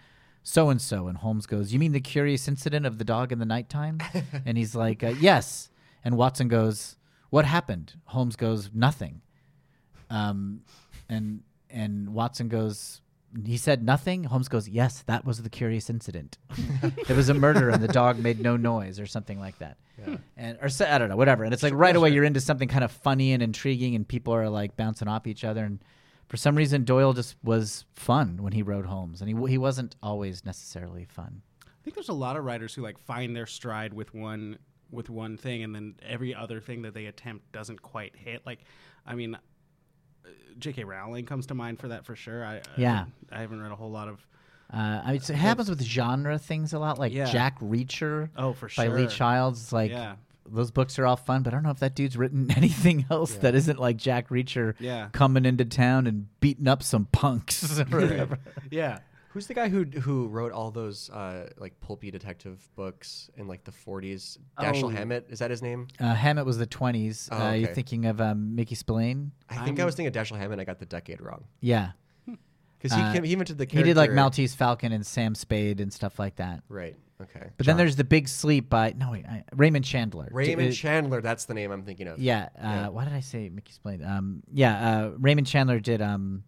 Speaker 4: so and so and holmes goes you mean the curious incident of the dog in the nighttime and he's like uh, yes and watson goes what happened holmes goes nothing um, and and watson goes he said nothing holmes goes yes that was the curious incident there was a murder and the dog made no noise or something like that and or so, i don't know whatever and it's like right away you're into something kind of funny and intriguing and people are like bouncing off each other and for some reason doyle just was fun when he wrote holmes and he, w- he wasn't always necessarily fun
Speaker 6: I think there's a lot of writers who like find their stride with one with one thing, and then every other thing that they attempt doesn't quite hit. Like, I mean, uh, J.K. Rowling comes to mind for that for sure. I I-
Speaker 4: Yeah.
Speaker 6: I, haven't read a whole lot of.
Speaker 4: Uh, I mean, it's- it happens with genre things a lot, like
Speaker 6: Yeah.
Speaker 4: Jack Reacher
Speaker 6: Oh, for
Speaker 4: by
Speaker 6: sure.
Speaker 4: Lee Childs. It's Like
Speaker 6: Yeah.
Speaker 4: those books are all fun, but I don't know if that dude's written anything else that isn't like Jack Reacher
Speaker 6: Yeah.
Speaker 4: coming into town and beating up some punks or whatever.
Speaker 6: Yeah.
Speaker 3: Who's the guy who who wrote all those uh, like pulpy detective books in like the 40s?
Speaker 4: Oh.
Speaker 3: Dashiell Hammett is that his name?
Speaker 4: uh, Hammett was the twenties.
Speaker 3: Oh,
Speaker 4: uh, you're
Speaker 3: okay.
Speaker 4: thinking of um, Mickey Spillane?
Speaker 3: I think i was thinking of Dashiell Hammett. I got the decade wrong
Speaker 4: Yeah,
Speaker 3: because he,
Speaker 4: Uh,
Speaker 3: came- he invented the
Speaker 4: he
Speaker 3: character.
Speaker 4: did like Maltese Falcon and Sam Spade and stuff like that.
Speaker 3: Right. Okay.
Speaker 4: But then there's the Big Sleep by no wait I, Raymond Chandler.
Speaker 3: Raymond
Speaker 4: Chandler.
Speaker 3: Chandler. That's the name I'm thinking of.
Speaker 4: uh, Yeah. Uh, Why did I say Mickey Spillane? Um, yeah. Uh, Raymond Chandler did um,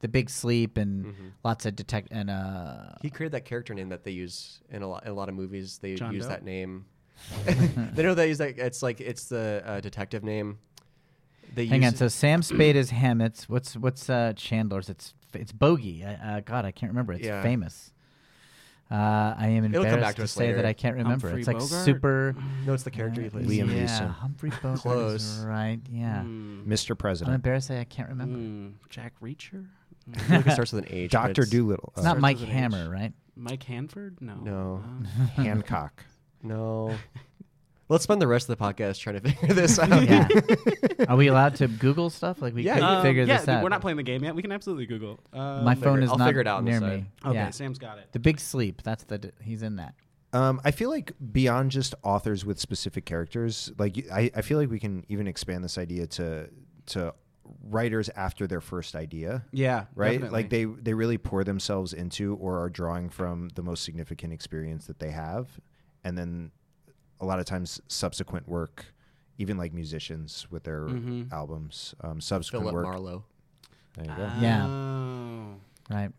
Speaker 4: the Big Sleep and
Speaker 3: Mm-hmm.
Speaker 4: lots of detect and uh,
Speaker 3: He created that character name that they use in a lot in a lot of movies. They
Speaker 6: John
Speaker 3: use
Speaker 6: Doe?
Speaker 3: that name. they know they use that. It's like it's the uh, detective name. They
Speaker 4: hang
Speaker 3: use
Speaker 4: on. So Sam Spade is Hammett's. What's what's uh, Chandler's? It's it's Bogey. Uh, uh, God, I can't remember. It's
Speaker 3: Yeah.
Speaker 4: famous. Uh, I am
Speaker 3: It'll come
Speaker 4: embarrassed
Speaker 3: back to
Speaker 4: to,
Speaker 3: us
Speaker 4: say that
Speaker 3: later.
Speaker 4: I can't remember.
Speaker 6: Humphrey
Speaker 4: it's like
Speaker 6: Bogart?
Speaker 4: super.
Speaker 3: no, it's the character he plays.
Speaker 5: Liam
Speaker 4: yeah,
Speaker 5: Neeson.
Speaker 4: Humphrey Bogart. is
Speaker 3: Close. Mm.
Speaker 4: Right. Yeah.
Speaker 5: Mr.
Speaker 4: I'm
Speaker 5: President,
Speaker 4: embarrassed. that I can't remember.
Speaker 6: Mm, Jack Reacher,
Speaker 3: I feel like it starts with an H. but
Speaker 5: Doctor
Speaker 3: it's-
Speaker 5: Doolittle,
Speaker 4: It's not
Speaker 5: uh,
Speaker 6: Starts
Speaker 4: Mike
Speaker 6: with an
Speaker 4: Hammer,
Speaker 6: H.
Speaker 4: right?
Speaker 6: Mike Hanford. No.
Speaker 3: No.
Speaker 6: Uh,
Speaker 5: Hancock.
Speaker 3: No. Let's spend the rest of the podcast trying to figure this out.
Speaker 4: Yeah. Are we allowed to Google stuff? Like we
Speaker 3: Yeah,
Speaker 4: could
Speaker 3: you-
Speaker 6: Um,
Speaker 4: figure
Speaker 6: yeah,
Speaker 4: this out.
Speaker 6: we're not playing the game yet. We can absolutely Google. Um,
Speaker 4: My phone
Speaker 3: it-
Speaker 4: is
Speaker 3: I'll
Speaker 4: not
Speaker 3: figure it out on the
Speaker 4: near
Speaker 3: side.
Speaker 4: me.
Speaker 6: Okay,
Speaker 4: Yeah.
Speaker 6: Sam's got it.
Speaker 4: The Big Sleep. That's the d- he's in that.
Speaker 5: Um, I feel like beyond just authors with specific characters, like you- I, I feel like we can even expand this idea to to writers after their first idea.
Speaker 6: Yeah,
Speaker 5: Right,
Speaker 6: definitely.
Speaker 5: like they they really pour themselves into or are drawing from the most significant experience that they have, and then a lot of times subsequent work, even like musicians with their
Speaker 6: Mhm.
Speaker 5: albums, um, subsequent
Speaker 3: Philip
Speaker 5: work
Speaker 3: Marlowe.
Speaker 5: there you go,
Speaker 6: Oh.
Speaker 4: Yeah.
Speaker 6: Uh,
Speaker 4: Right.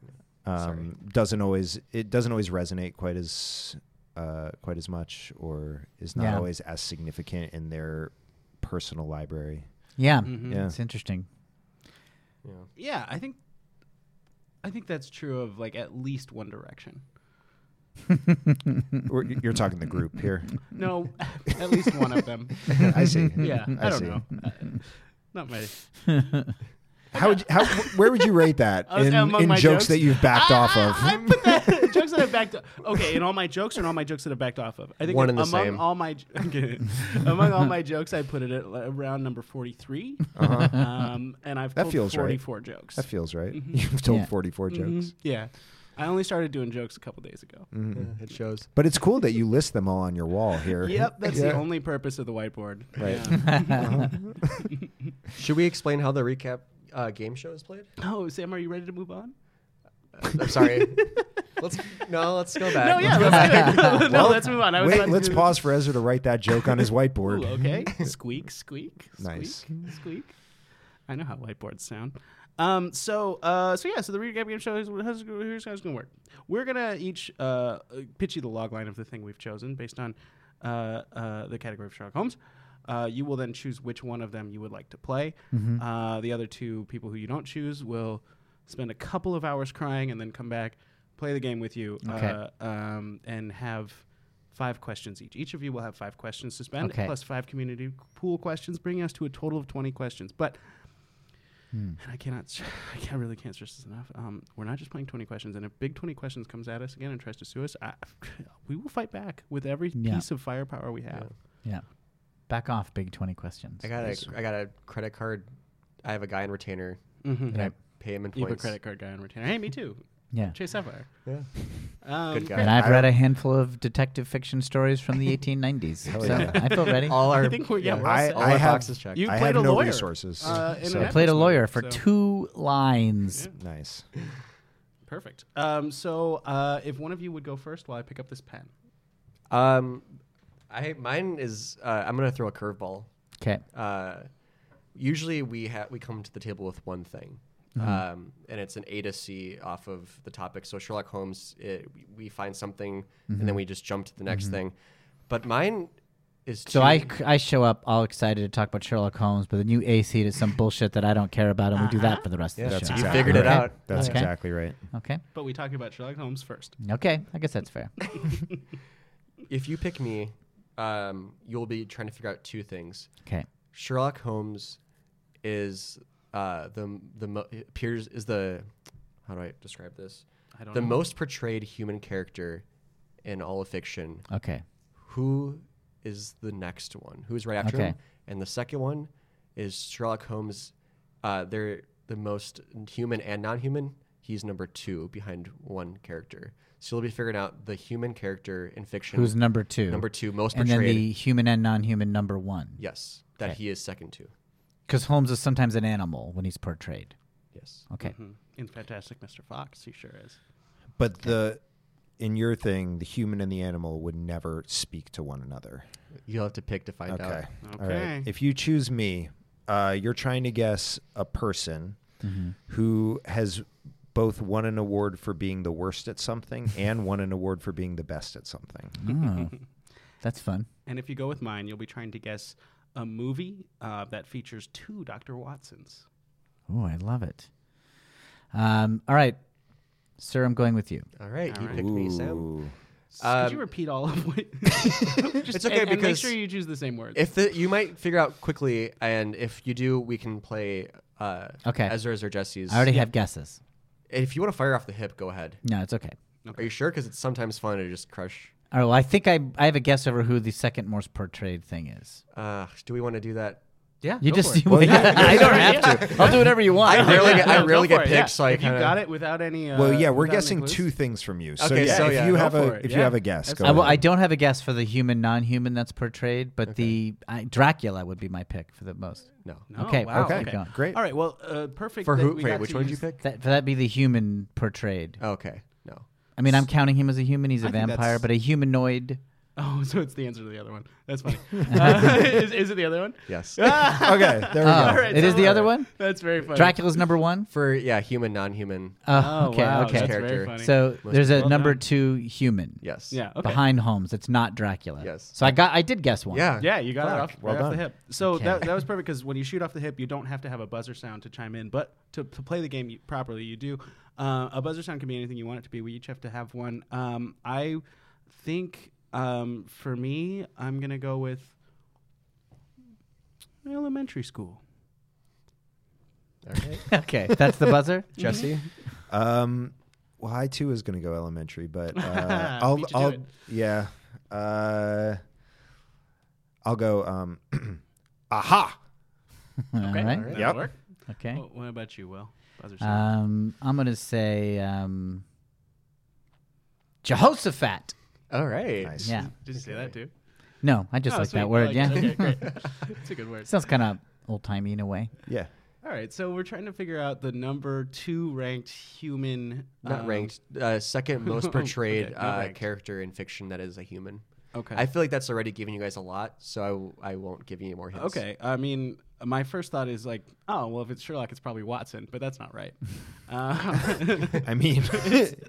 Speaker 6: Ah,
Speaker 5: um, doesn't always it doesn't always resonate quite as uh, quite as much or is not
Speaker 4: Yeah.
Speaker 5: always as significant in their personal library.
Speaker 4: Yeah.
Speaker 3: Mm-hmm.
Speaker 6: Mhm.
Speaker 5: Yeah.
Speaker 4: It's interesting.
Speaker 3: Yeah.
Speaker 6: Yeah, I think I think that's true of like at least One Direction.
Speaker 5: We're- You're talking the group here.
Speaker 6: No, at least one of them.
Speaker 5: I see.
Speaker 6: Yeah, I, don't
Speaker 5: see.
Speaker 6: know. Uh, Not my.
Speaker 5: How would you, how, where would you rate that
Speaker 6: I was-
Speaker 5: in,
Speaker 6: among
Speaker 5: in
Speaker 6: my
Speaker 5: jokes, that you've backed
Speaker 6: I-
Speaker 5: off
Speaker 6: I-
Speaker 5: of?
Speaker 6: I put that jokes that I backed. Okay, in all my jokes, or in all my jokes that I backed off of. I think
Speaker 3: One and the
Speaker 6: among
Speaker 3: same.
Speaker 6: all my okay, among all my jokes, I put it at like around number 43 um, and
Speaker 5: Uh-huh.
Speaker 6: I've
Speaker 5: That
Speaker 6: told
Speaker 5: feels right.
Speaker 6: forty-four jokes.
Speaker 5: that feels right.
Speaker 6: Mm-hmm.
Speaker 5: You've told
Speaker 4: Yeah.
Speaker 5: 44
Speaker 6: Mhm,
Speaker 5: jokes.
Speaker 6: Yeah, I only started doing jokes a couple days ago.
Speaker 5: Mm-hmm.
Speaker 3: Yeah, it shows.
Speaker 5: But it's cool that you list them all on your wall here.
Speaker 6: Yep, that's
Speaker 5: Yeah.
Speaker 6: the only purpose of the whiteboard.
Speaker 5: Right.
Speaker 6: Yeah.
Speaker 3: Should we explain how the recap uh, game show is played?
Speaker 6: oh, Sam, are you ready to move on?
Speaker 3: I'm sorry. let's no, let's go back.
Speaker 6: No, yeah, let's do it. no, let's move on. I was about
Speaker 5: Wait,
Speaker 6: to
Speaker 5: let's
Speaker 6: do-
Speaker 5: pause for Ezra to write that joke on his
Speaker 6: Ooh,
Speaker 5: whiteboard.
Speaker 6: okay. squeak, squeak, squeak,
Speaker 5: Nice.
Speaker 6: squeak. I know how whiteboards sound. Um, so, uh, so yeah, so the recap game show is how's, here's how it's gonna work. We're gonna each uh, uh, pitch you the log line of the thing we've chosen based on uh, uh, the category of Sherlock Holmes. Uh, you will then choose which one of them you would like to play.
Speaker 5: Mm-hmm.
Speaker 6: Uh, the other two people who you don't choose will spend a couple of hours crying and then come back, play the game with you,
Speaker 4: Okay.
Speaker 6: uh, um, and have five questions each. Each of you will have five questions to spend,
Speaker 4: Okay.
Speaker 6: plus five community pool questions, bringing us to a total of 20 questions. But,
Speaker 4: Hmm,
Speaker 6: and I cannot, s- I can't really can't stress this enough. Um, we're not just playing 20 questions. And if Big 20 Questions comes at us again and tries to sue us, I, we will fight back with every
Speaker 4: Yeah.
Speaker 6: piece of firepower we have.
Speaker 4: Yeah. Back off, big 20 questions.
Speaker 3: I got a I got a credit card. I have a guy in retainer.
Speaker 6: Mm-hmm.
Speaker 4: Yeah.
Speaker 3: Pay him in points.
Speaker 6: You have a credit card guy on retainer. Hey, me too.
Speaker 4: Yeah.
Speaker 6: Chase Sapphire.
Speaker 3: Yeah.
Speaker 6: Um,
Speaker 3: Good guy.
Speaker 4: And I've read a handful of detective fiction stories from the 1890s.
Speaker 5: Hell
Speaker 4: so
Speaker 5: yeah.
Speaker 4: I feel ready.
Speaker 3: All our
Speaker 6: I think we're- yeah, we're all
Speaker 5: I,
Speaker 6: set.
Speaker 3: all
Speaker 5: I
Speaker 3: our
Speaker 5: have,
Speaker 3: boxes checked.
Speaker 6: You
Speaker 5: I
Speaker 6: played
Speaker 5: have
Speaker 6: a
Speaker 5: no
Speaker 6: lawyer.
Speaker 5: resources.
Speaker 6: Uh, in
Speaker 5: so-
Speaker 6: an
Speaker 4: I played a lawyer for
Speaker 6: so-
Speaker 4: two lines.
Speaker 5: nice.
Speaker 6: Perfect. Um, so uh, if one of you would go first while I pick up this pen.
Speaker 3: um, I mine is uh, I'm gonna throw a curveball.
Speaker 4: Okay.
Speaker 3: Uh, usually we ha- we come to the table with one thing,
Speaker 4: Mm-hmm.
Speaker 3: um, and it's an A to C off of the topic. So Sherlock Holmes, it, we find something, and
Speaker 4: Mm-hmm.
Speaker 3: then we just jump to the next thing. But mine is
Speaker 4: So
Speaker 3: two-
Speaker 4: I, I show up all excited to talk about Sherlock Holmes, but then you AC to some bullshit that I don't care about, and we do
Speaker 3: Uh-huh.
Speaker 4: that for the rest of the
Speaker 5: That's
Speaker 4: show.
Speaker 5: exactly
Speaker 3: figured it
Speaker 5: right.
Speaker 3: out.
Speaker 5: That's
Speaker 4: Okay.
Speaker 5: exactly right.
Speaker 4: Okay.
Speaker 6: But we talked about Sherlock Holmes first.
Speaker 4: Okay. I guess that's fair.
Speaker 3: if you pick me, um, you'll be trying to figure out two things.
Speaker 4: Okay.
Speaker 3: Sherlock Holmes is uh, the the mo- appears is the how do I describe this?
Speaker 6: I don't
Speaker 3: the
Speaker 6: know.
Speaker 3: most portrayed human character in all of fiction.
Speaker 4: Okay.
Speaker 3: Who is the next one? Who's right after
Speaker 4: Okay.
Speaker 3: him? And the second one is Sherlock Holmes. Uh, they're the most human and non-human. He's number two behind one character. So you'll be figuring out the human character in fiction.
Speaker 4: Who's number two?
Speaker 3: number two most
Speaker 4: And
Speaker 3: portrayed?
Speaker 4: then the human and non human number one.
Speaker 3: yes, that
Speaker 4: Okay.
Speaker 3: he is second to.
Speaker 4: Because Holmes is sometimes an animal when he's portrayed.
Speaker 3: Yes.
Speaker 4: Okay.
Speaker 6: Mhm. In Fantastic Mr. Fox, he sure is.
Speaker 5: But the in your thing, the human and the animal would never speak to one another.
Speaker 3: You'll have to pick to find
Speaker 5: Okay.
Speaker 3: out.
Speaker 5: All
Speaker 6: Okay.
Speaker 5: right. If you choose me, uh, you're trying to guess a person
Speaker 3: Mm-hmm.
Speaker 5: who has both won an award for being the worst at something and won an award for being the best at something.
Speaker 3: Mm-hmm.
Speaker 4: Oh, that's fun.
Speaker 6: And if you go with mine, you'll be trying to guess a movie uh, that features two Dr. Watsons.
Speaker 4: Oh, I love it. Um, all right. Sir, I'm going with you.
Speaker 3: All right,
Speaker 6: All
Speaker 3: you
Speaker 6: right.
Speaker 3: picked me, Sam.
Speaker 5: Ooh.
Speaker 6: S- Could you
Speaker 3: Um,
Speaker 6: repeat all of what? Just,
Speaker 3: It's okay
Speaker 6: and, and make
Speaker 3: because
Speaker 6: sure you choose the same words.
Speaker 3: If the, you might figure out quickly, and if you do, we can play uh,
Speaker 4: Okay.
Speaker 3: Ezra's or Jesse's.
Speaker 4: I already have guesses.
Speaker 3: If you want to fire off the hip, go ahead.
Speaker 4: No, it's okay.
Speaker 3: Are you sure? Because it's sometimes fun to just crush.
Speaker 4: All right. Well, I think I, I have a guess over who the second most portrayed thing is.
Speaker 3: Uh, do we want to do that? Yeah,
Speaker 4: You
Speaker 3: go
Speaker 4: just,
Speaker 3: for it.
Speaker 4: well, yeah, I don't have to. I'll do whatever you want.
Speaker 3: I rarely get, I
Speaker 6: Go
Speaker 3: rarely
Speaker 6: for
Speaker 3: get
Speaker 6: it,
Speaker 3: picked,
Speaker 6: yeah.
Speaker 3: so I
Speaker 6: if you
Speaker 3: kind
Speaker 6: got it without any. Uh,
Speaker 5: Well, yeah, we're
Speaker 6: without any
Speaker 5: guessing
Speaker 6: clues?
Speaker 5: two things from you. So,
Speaker 3: Okay,
Speaker 5: yeah,
Speaker 3: so
Speaker 5: if
Speaker 3: yeah,
Speaker 5: you
Speaker 3: go
Speaker 5: have
Speaker 6: for
Speaker 5: a
Speaker 6: it,
Speaker 5: if you
Speaker 6: yeah.
Speaker 5: have a guess, go
Speaker 4: I, well, I
Speaker 5: ahead.
Speaker 4: don't have a guess for the human, non-human that's portrayed, but the I, Dracula would be my pick for the most.
Speaker 3: No.
Speaker 6: No,
Speaker 4: Okay,
Speaker 6: wow,
Speaker 4: okay,
Speaker 6: okay,
Speaker 4: keep going.
Speaker 5: Great.
Speaker 6: All right, well, uh, perfect.
Speaker 3: For
Speaker 6: that
Speaker 3: who?
Speaker 6: we
Speaker 3: Wait,
Speaker 6: got
Speaker 3: which
Speaker 6: to
Speaker 3: one did you
Speaker 6: use-
Speaker 3: pick? Oh,
Speaker 4: That that'd be the human portrayed.
Speaker 3: Okay, no.
Speaker 4: I mean, I'm counting him as a human. He's a
Speaker 6: I think
Speaker 4: vampire,
Speaker 6: that's-
Speaker 4: but a humanoid
Speaker 6: Oh, so it's the answer to the other one. That's funny. Uh, is, is it the other one?
Speaker 3: Yes.
Speaker 5: okay, there we
Speaker 4: Oh,
Speaker 5: go.
Speaker 6: Alright,
Speaker 4: it
Speaker 6: so
Speaker 4: is the
Speaker 6: we're-
Speaker 4: other one.
Speaker 6: That's very funny.
Speaker 4: Dracula's number one.
Speaker 3: For yeah, human, non-human.
Speaker 4: Uh,
Speaker 6: Oh,
Speaker 4: okay,
Speaker 6: wow,
Speaker 4: okay.
Speaker 6: That's very
Speaker 3: Character.
Speaker 6: funny.
Speaker 4: So there's a
Speaker 6: Well
Speaker 4: number
Speaker 6: done.
Speaker 4: two human.
Speaker 3: Yes.
Speaker 6: yeah, okay.
Speaker 4: Behind Holmes, it's not Dracula.
Speaker 3: Yes.
Speaker 4: So I got, I did guess one.
Speaker 3: Yeah.
Speaker 6: Yeah, you got it
Speaker 5: Fuck,
Speaker 6: off,
Speaker 5: well
Speaker 6: right off the
Speaker 5: done.
Speaker 6: hip. So
Speaker 4: Okay.
Speaker 6: that, that was perfect because when you shoot off the hip, you don't have to have a buzzer sound to chime in. But to, to play the game you, properly, you do. Uh, a buzzer sound can be anything you want it to be. We each have to have one. Um, I think um, for me, I'm going to go with elementary school.
Speaker 4: okay, that's the buzzer.
Speaker 3: Jesse.
Speaker 5: Um, well, I too was going to go elementary, but uh, I'll,
Speaker 6: Beat you to
Speaker 5: I'll,
Speaker 6: it.
Speaker 5: yeah, uh, I'll go. Um, aha!
Speaker 4: All right.
Speaker 6: That'll
Speaker 5: Yep.
Speaker 6: work.
Speaker 4: Okay.
Speaker 6: What, what about you, Will? Buzzer sound.
Speaker 4: Um, I'm gonna say um, Jehoshaphat.
Speaker 3: All right.
Speaker 5: Nice.
Speaker 4: Yeah.
Speaker 6: Did you say that too?
Speaker 4: No, I Uh, just
Speaker 6: Oh,
Speaker 4: like
Speaker 6: sweet.
Speaker 4: that word.
Speaker 6: I
Speaker 4: yeah.
Speaker 6: like it. Okay, great. It's a good word.
Speaker 4: Sounds kind of old timey in a way.
Speaker 5: Yeah.
Speaker 6: All right, so we're trying to figure out the number two ranked human.
Speaker 3: Not
Speaker 6: um,
Speaker 3: ranked. Uh, second most portrayed
Speaker 6: Okay, not
Speaker 3: uh,
Speaker 6: ranked.
Speaker 3: character in fiction that is a human.
Speaker 6: Okay.
Speaker 3: I feel like that's already giving you guys a lot, so I, w- I won't give you any more hints.
Speaker 6: okay. I mean, my first thought is like, oh, well, if it's Sherlock, it's probably Watson, but that's not right. Uh,
Speaker 5: I mean,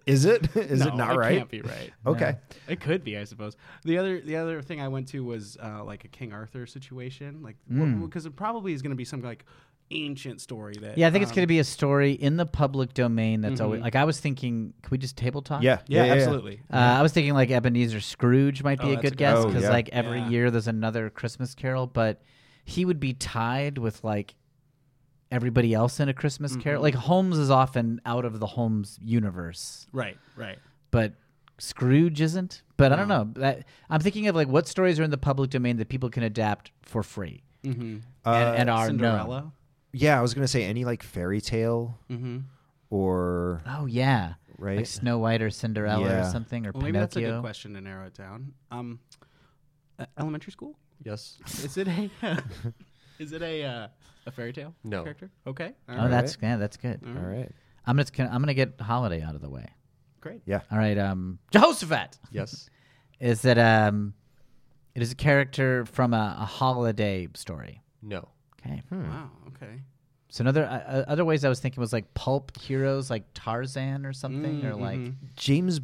Speaker 5: is it? Is
Speaker 6: no,
Speaker 5: it not
Speaker 6: it
Speaker 5: right?
Speaker 6: Can't be right.
Speaker 5: Okay.
Speaker 6: It could be, I suppose. The other the other thing I went to was uh, like a King Arthur situation, like because it probably is going to be some like ancient story that.
Speaker 4: Yeah, I think it's
Speaker 6: um,
Speaker 4: going to be a story in the public domain that's always like I was thinking. Can we just table talk?
Speaker 5: Yeah.
Speaker 6: Yeah, absolutely.
Speaker 4: Uh, I was thinking like Ebenezer Scrooge might be a
Speaker 6: Oh, that's
Speaker 4: good
Speaker 6: a good
Speaker 4: guess
Speaker 5: one. Oh,
Speaker 4: because
Speaker 5: yeah.
Speaker 4: like every
Speaker 6: Yeah.
Speaker 4: year there's another Christmas Carol, but he would be tied with like everybody else in a Christmas Carol. Like Holmes is often out of the Holmes universe,
Speaker 6: Right. Right.
Speaker 4: but Scrooge isn't. But I don't know. That, I'm thinking of like what stories are in the public domain that people can adapt for free
Speaker 6: Mm-hmm.
Speaker 5: Uh,
Speaker 4: and, and are known.
Speaker 6: Cinderella.
Speaker 5: Yeah, I was going to say any like fairy tale
Speaker 6: Mm-hmm.
Speaker 5: or
Speaker 4: Oh yeah, like
Speaker 5: right.
Speaker 4: Snow White or Cinderella or
Speaker 5: Yeah.
Speaker 4: something or
Speaker 6: Well, maybe that's a good
Speaker 4: Pinocchio.
Speaker 6: question to narrow it down. Um, uh, elementary school?
Speaker 3: Yes.
Speaker 6: Is it a? is it a uh, a fairy tale?
Speaker 3: No.
Speaker 6: Character? Okay. all
Speaker 4: oh,
Speaker 6: right.
Speaker 4: that's yeah, that's good.
Speaker 6: All
Speaker 5: All
Speaker 6: right.
Speaker 5: right.
Speaker 4: I'm just gonna, I'm gonna get holiday out of the way.
Speaker 6: Great.
Speaker 4: All right, um, Jehoshaphat
Speaker 3: Yes.
Speaker 4: is that um, it is a character from a, a holiday story.
Speaker 3: No.
Speaker 4: Okay,
Speaker 6: Wow. Okay.
Speaker 4: so another uh, uh, other ways I was thinking was like pulp heroes like Tarzan or something
Speaker 6: Mm,
Speaker 4: or like
Speaker 6: mm-hmm.
Speaker 5: James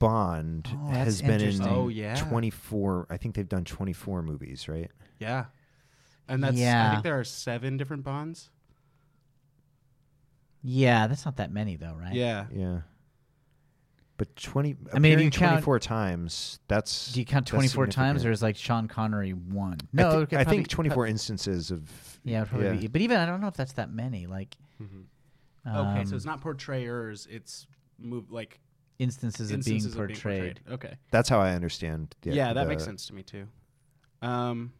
Speaker 5: Bond
Speaker 4: Oh, that's
Speaker 5: has been in
Speaker 4: interesting.
Speaker 6: Oh, yeah.
Speaker 5: 24. I think they've done 24 movies, right?
Speaker 6: Yeah. And that's. I
Speaker 4: Yeah.
Speaker 6: think there are seven different bonds.
Speaker 4: yeah, that's not that many though, right?
Speaker 6: Yeah.
Speaker 5: Yeah. But 20
Speaker 4: I mean, if
Speaker 5: appearing
Speaker 4: you count-
Speaker 5: 24 times, that's
Speaker 4: Do you count
Speaker 5: that's
Speaker 4: 24 times or
Speaker 5: significant.
Speaker 4: is like Sean Connery one?
Speaker 5: I, thi-
Speaker 4: No, okay,
Speaker 5: I
Speaker 4: probably-
Speaker 5: think 24 instances of
Speaker 4: Yeah, it'd probably Be, but even I don't know if that's that many. Like
Speaker 6: Okay.
Speaker 4: um,
Speaker 6: so it's not portrayers. It's move like
Speaker 4: instances,
Speaker 6: instances
Speaker 4: of being portrayed.
Speaker 6: Okay.
Speaker 5: That's how I understand.
Speaker 6: Yeah, that makes
Speaker 5: the-
Speaker 6: sense to me too. Um,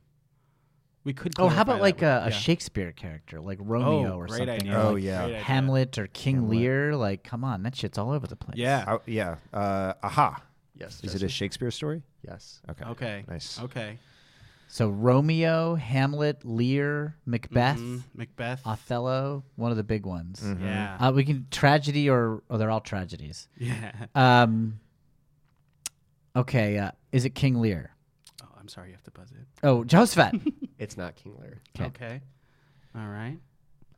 Speaker 6: we could.
Speaker 4: Oh, how
Speaker 6: clarify
Speaker 4: about
Speaker 6: that
Speaker 4: like a,
Speaker 6: one.
Speaker 4: a
Speaker 6: Yeah.
Speaker 4: Shakespeare character, like Romeo
Speaker 6: oh,
Speaker 4: or
Speaker 6: great
Speaker 4: something,
Speaker 6: Idea.
Speaker 4: or
Speaker 5: Oh,
Speaker 4: like
Speaker 5: yeah.
Speaker 6: Great idea.
Speaker 4: Hamlet or King Lear. Like, come on, that shit's all over the place.
Speaker 6: Yeah.
Speaker 5: Oh, yeah. Uh, aha.
Speaker 3: Yes.
Speaker 5: Is it a Shakespeare story?
Speaker 3: yes.
Speaker 5: Okay.
Speaker 6: Okay.
Speaker 5: Nice.
Speaker 6: Okay.
Speaker 4: So Romeo, Hamlet, Lear, Macbeth,
Speaker 6: Mhm. Macbeth.
Speaker 4: Othello, one of the big ones.
Speaker 6: Mm. Yeah.
Speaker 4: Uh, we can tragedy or oh, they're all tragedies.
Speaker 6: yeah.
Speaker 4: Um, okay, uh, is it King Lear?
Speaker 6: Oh, I'm sorry, you have to buzz it.
Speaker 4: Oh, Jehoshaphat.
Speaker 3: It's not King Lear.
Speaker 4: Okay.
Speaker 6: Okay. All right.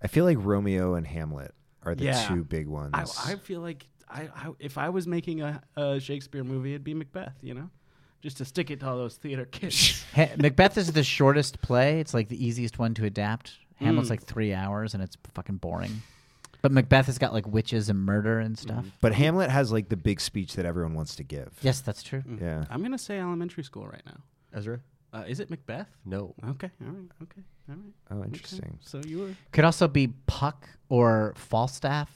Speaker 5: I feel like Romeo and Hamlet are the
Speaker 6: Yeah.
Speaker 5: two big ones.
Speaker 6: I, I feel like I, I if I was making a, a Shakespeare movie, it'd be Macbeth, you know, just to stick it to all those theater kids.
Speaker 4: Ha- Macbeth is the shortest play. It's like the easiest one to adapt.
Speaker 6: Hmm.
Speaker 4: Hamlet's like three hours, and it's fucking boring. But Macbeth has got like witches and murder and
Speaker 6: Hmm.
Speaker 4: stuff.
Speaker 5: but Hamlet has like the big speech that everyone wants to give.
Speaker 4: Yes, that's true.
Speaker 5: Yeah.
Speaker 6: I'm gonna say elementary school right now.
Speaker 3: Ezra.
Speaker 6: Uh, is it Macbeth?
Speaker 3: No.
Speaker 6: Okay. All right. Okay. All right.
Speaker 5: Oh, interesting.
Speaker 6: So you were.
Speaker 4: Could also be Puck or Falstaff.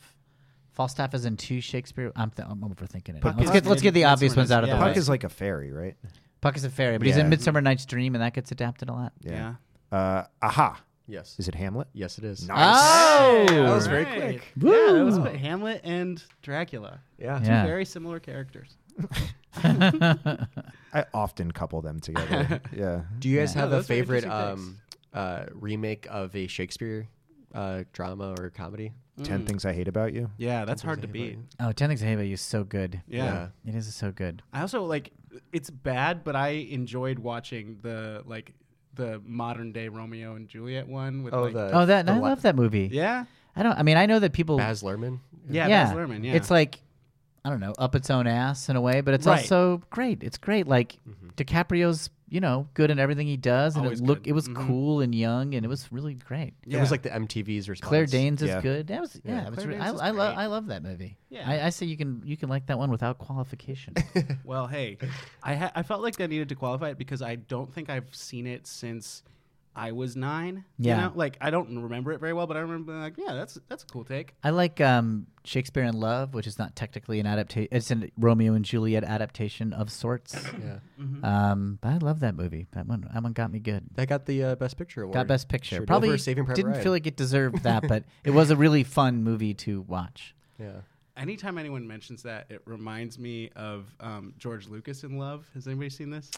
Speaker 4: Falstaff is in two Shakespeare. I'm, th- I'm overthinking it.
Speaker 6: Puck
Speaker 4: let's
Speaker 6: is
Speaker 4: get let's
Speaker 6: in-
Speaker 4: get the
Speaker 6: that's
Speaker 4: obvious
Speaker 6: one
Speaker 4: ones
Speaker 6: is-
Speaker 4: out of
Speaker 6: yeah.
Speaker 4: the
Speaker 5: Puck
Speaker 4: way.
Speaker 5: is like a fairy, right?
Speaker 4: Puck is a fairy, but he's in
Speaker 5: Yeah.
Speaker 4: Midsummer Night's Dream, and that gets adapted a lot.
Speaker 6: Yeah.
Speaker 5: Uh, aha.
Speaker 3: Yes.
Speaker 5: Is it Hamlet?
Speaker 3: Yes, it is.
Speaker 4: Oh,
Speaker 3: that was very
Speaker 6: Alright.
Speaker 3: quick.
Speaker 6: Yeah, that was quick. Hamlet and Dracula.
Speaker 3: Yeah.
Speaker 6: Two
Speaker 4: Yeah.
Speaker 6: very similar characters.
Speaker 5: I often couple them together. yeah.
Speaker 3: Do you guys
Speaker 4: Yeah.
Speaker 3: have
Speaker 6: No,
Speaker 3: a
Speaker 6: those were
Speaker 3: favorite um,
Speaker 6: interesting
Speaker 3: uh, remake of a Shakespeare uh, drama or comedy?
Speaker 5: Ten Things I Hate About You.
Speaker 6: Mm. Yeah, that's hard to
Speaker 3: Something
Speaker 6: beat.
Speaker 3: about
Speaker 4: Oh, Ten Things I Hate About You is so good.
Speaker 6: Yeah.
Speaker 4: It is so good.
Speaker 6: I also like it's bad, but I enjoyed watching the like the modern day Romeo and Juliet one with
Speaker 3: Oh,
Speaker 6: like
Speaker 3: the
Speaker 4: Oh, that
Speaker 3: the
Speaker 4: I
Speaker 3: la-
Speaker 4: love that movie.
Speaker 6: yeah
Speaker 4: I don't. I mean, I know that people.
Speaker 3: Baz Luhrmann.
Speaker 6: yeah, Baz Luhrmann, yeah.
Speaker 4: It's like I don't know, up its own ass in a way, but it's
Speaker 6: Right. Mm-hmm.
Speaker 4: also great. It's great. Like DiCaprio's, you know, good in everything he does, and
Speaker 6: Always
Speaker 4: it look
Speaker 6: good. Mm-hmm.
Speaker 4: it was cool and young, and it was really great.
Speaker 3: It was like the MTV's response.
Speaker 4: Claire Danes is
Speaker 5: Yeah.
Speaker 4: good. That was yeah.
Speaker 3: Yeah.
Speaker 4: it was
Speaker 6: Claire
Speaker 4: re- I,
Speaker 6: Danes is
Speaker 4: I love
Speaker 6: great.
Speaker 4: I love that movie.
Speaker 6: Yeah.
Speaker 4: I, I say you can you can like that one without qualification.
Speaker 6: Well, hey, I ha- I felt like I needed to qualify it because I don't think I've seen it since I was nine.
Speaker 4: Yeah.
Speaker 6: you know? like I don't remember it very well, but I remember being like, yeah, that's that's a cool take.
Speaker 4: I like um, Shakespeare in Love, which is not technically an adaptation. It's a Romeo and Juliet adaptation of sorts.
Speaker 3: Yeah.
Speaker 4: Um, but I love that movie. That one that one got me good.
Speaker 3: That got the uh, Best Picture award.
Speaker 4: Got Best Picture.
Speaker 3: Sure did.
Speaker 4: Probably
Speaker 3: Over Saving Private
Speaker 4: didn't
Speaker 3: Ryan.
Speaker 4: feel like it deserved that, but it was a really fun movie to watch.
Speaker 3: Yeah.
Speaker 6: Anytime anyone mentions that, it reminds me of um, George Lucas in Love. Has anybody seen this?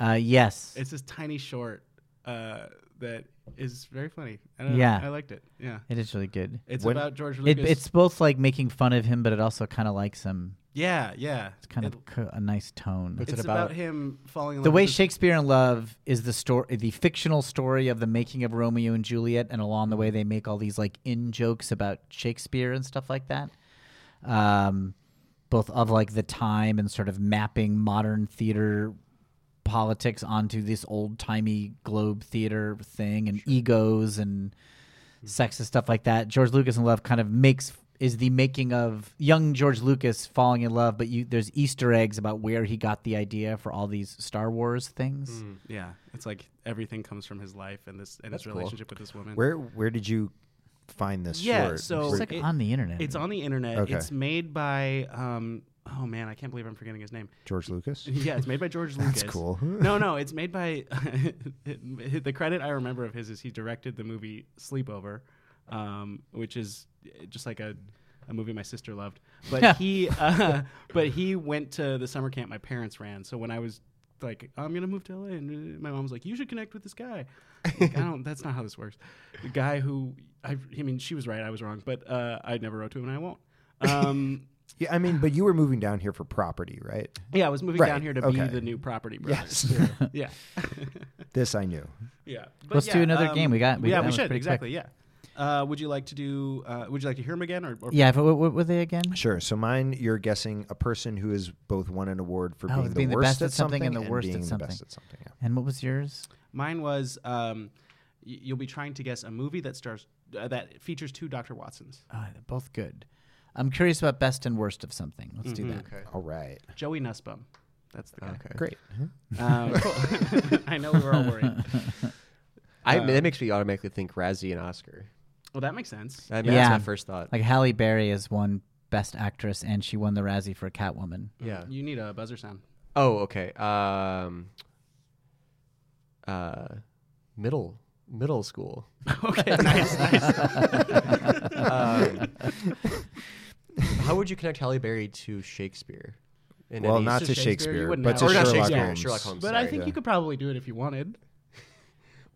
Speaker 4: Uh, yes.
Speaker 6: It's this tiny short uh, that is very funny. I don't know.
Speaker 4: Yeah.
Speaker 6: I liked it. Yeah,
Speaker 4: it is really good.
Speaker 6: it's
Speaker 5: When-
Speaker 6: about George
Speaker 4: It,
Speaker 6: Lucas.
Speaker 4: it's both like making fun of him, but it also kind of likes him.
Speaker 6: yeah, yeah.
Speaker 4: It's kind of co- a nice tone.
Speaker 3: What's it
Speaker 6: it's about?
Speaker 3: about?
Speaker 6: him falling in love.
Speaker 4: The way
Speaker 6: with his-
Speaker 4: Shakespeare in Love is the story, the fictional story of the making of Romeo and Juliet, and along the way they make all these like in jokes about Shakespeare and stuff like that. Um, both of like the time and sort of mapping modern theater politics onto this old timey globe theater thing and egos and sex and stuff like that. George Lucas in Love kind of makes is the making of young George Lucas falling in love, but you there's Easter eggs about where he got the idea for all these Star Wars things.
Speaker 6: yeah, it's like everything comes from his life and this and his
Speaker 3: cool.
Speaker 6: relationship with this woman.
Speaker 5: Where where did you find this
Speaker 6: Yeah,
Speaker 5: short?
Speaker 6: so-
Speaker 4: It's
Speaker 5: Where-
Speaker 4: like
Speaker 6: It-
Speaker 4: on the internet.
Speaker 6: It's on the internet.
Speaker 5: Okay.
Speaker 6: It's made by um oh man, I can't believe I'm forgetting his name.
Speaker 5: George Lucas.
Speaker 6: Yeah, it's made by George
Speaker 5: That's
Speaker 6: Lucas.
Speaker 5: cool.
Speaker 6: no, no, it's made by the credit I remember of his is he directed the movie Sleepover, um, which is just like a a movie my sister loved. But he uh, but he went to the summer camp my parents ran. So when I was like I'm gonna move to LA, and uh, my mom was like, "You should connect with this guy." Like, I don't. That's not how this works. The guy who I, I mean, she was right. I was wrong. But uh, I never wrote to him, and I won't. Um,
Speaker 5: Yeah, I mean, but you were moving down here for property, right?
Speaker 6: yeah, I was moving
Speaker 5: Right,
Speaker 6: down here to
Speaker 5: okay.
Speaker 6: be the new property brothers.
Speaker 5: Yes.
Speaker 6: Yeah.
Speaker 5: this I knew.
Speaker 6: Yeah. But
Speaker 4: Let's do
Speaker 6: yeah, um,
Speaker 4: another game. We got- we-
Speaker 6: yeah,
Speaker 4: that
Speaker 6: we
Speaker 4: was
Speaker 6: should
Speaker 4: pretty
Speaker 6: exactly. Yeah. Uh, would you like to do? Uh, would you like to hear him again, or, or
Speaker 4: yeah, but what, what were they again?
Speaker 5: Sure. So mine, you're guessing a person who has both won an award for
Speaker 4: Oh,
Speaker 5: being,
Speaker 4: being
Speaker 5: the,
Speaker 4: the
Speaker 5: worst
Speaker 4: best
Speaker 5: at
Speaker 4: at something and the worst at
Speaker 5: being
Speaker 4: something.
Speaker 5: the best at something. Yeah.
Speaker 4: And what was yours?
Speaker 6: mine was um, y- you'll be trying to guess a movie that stars uh, that features two Dr. Watsons.
Speaker 4: Oh, they're both good. I'm curious about best and worst of something. Let's
Speaker 6: Mm-hmm. Hmm.
Speaker 4: do that.
Speaker 3: Okay.
Speaker 5: All right.
Speaker 6: Joey Nussbaum. That's the guy.
Speaker 3: Okay.
Speaker 5: Great.
Speaker 6: Um, cool. I know we were all worried.
Speaker 3: I, that makes me automatically think Razzie and Oscar.
Speaker 6: Well, that makes sense.
Speaker 3: That,
Speaker 4: Yeah.
Speaker 3: That's my first thought.
Speaker 4: Like Halle Berry is one best actress, and she won the Razzie for Catwoman.
Speaker 3: yeah.
Speaker 6: mm-hmm. You need a buzzer sound.
Speaker 3: Oh, okay. Um, uh, middle middle school.
Speaker 6: okay. Nice.
Speaker 3: Um, how would you connect Halle Berry to Shakespeare? In
Speaker 5: Well,
Speaker 3: any-
Speaker 5: not
Speaker 6: to
Speaker 5: to
Speaker 6: Shakespeare, you
Speaker 5: Shakespeare,
Speaker 6: wouldn't
Speaker 5: but
Speaker 6: know.
Speaker 5: to
Speaker 6: Or not
Speaker 5: Sherlock,
Speaker 3: Shakespeare,
Speaker 5: Holmes.
Speaker 3: Sherlock Holmes.
Speaker 6: But I
Speaker 3: Sorry,
Speaker 6: think
Speaker 5: yeah.
Speaker 6: you could probably do it if you wanted.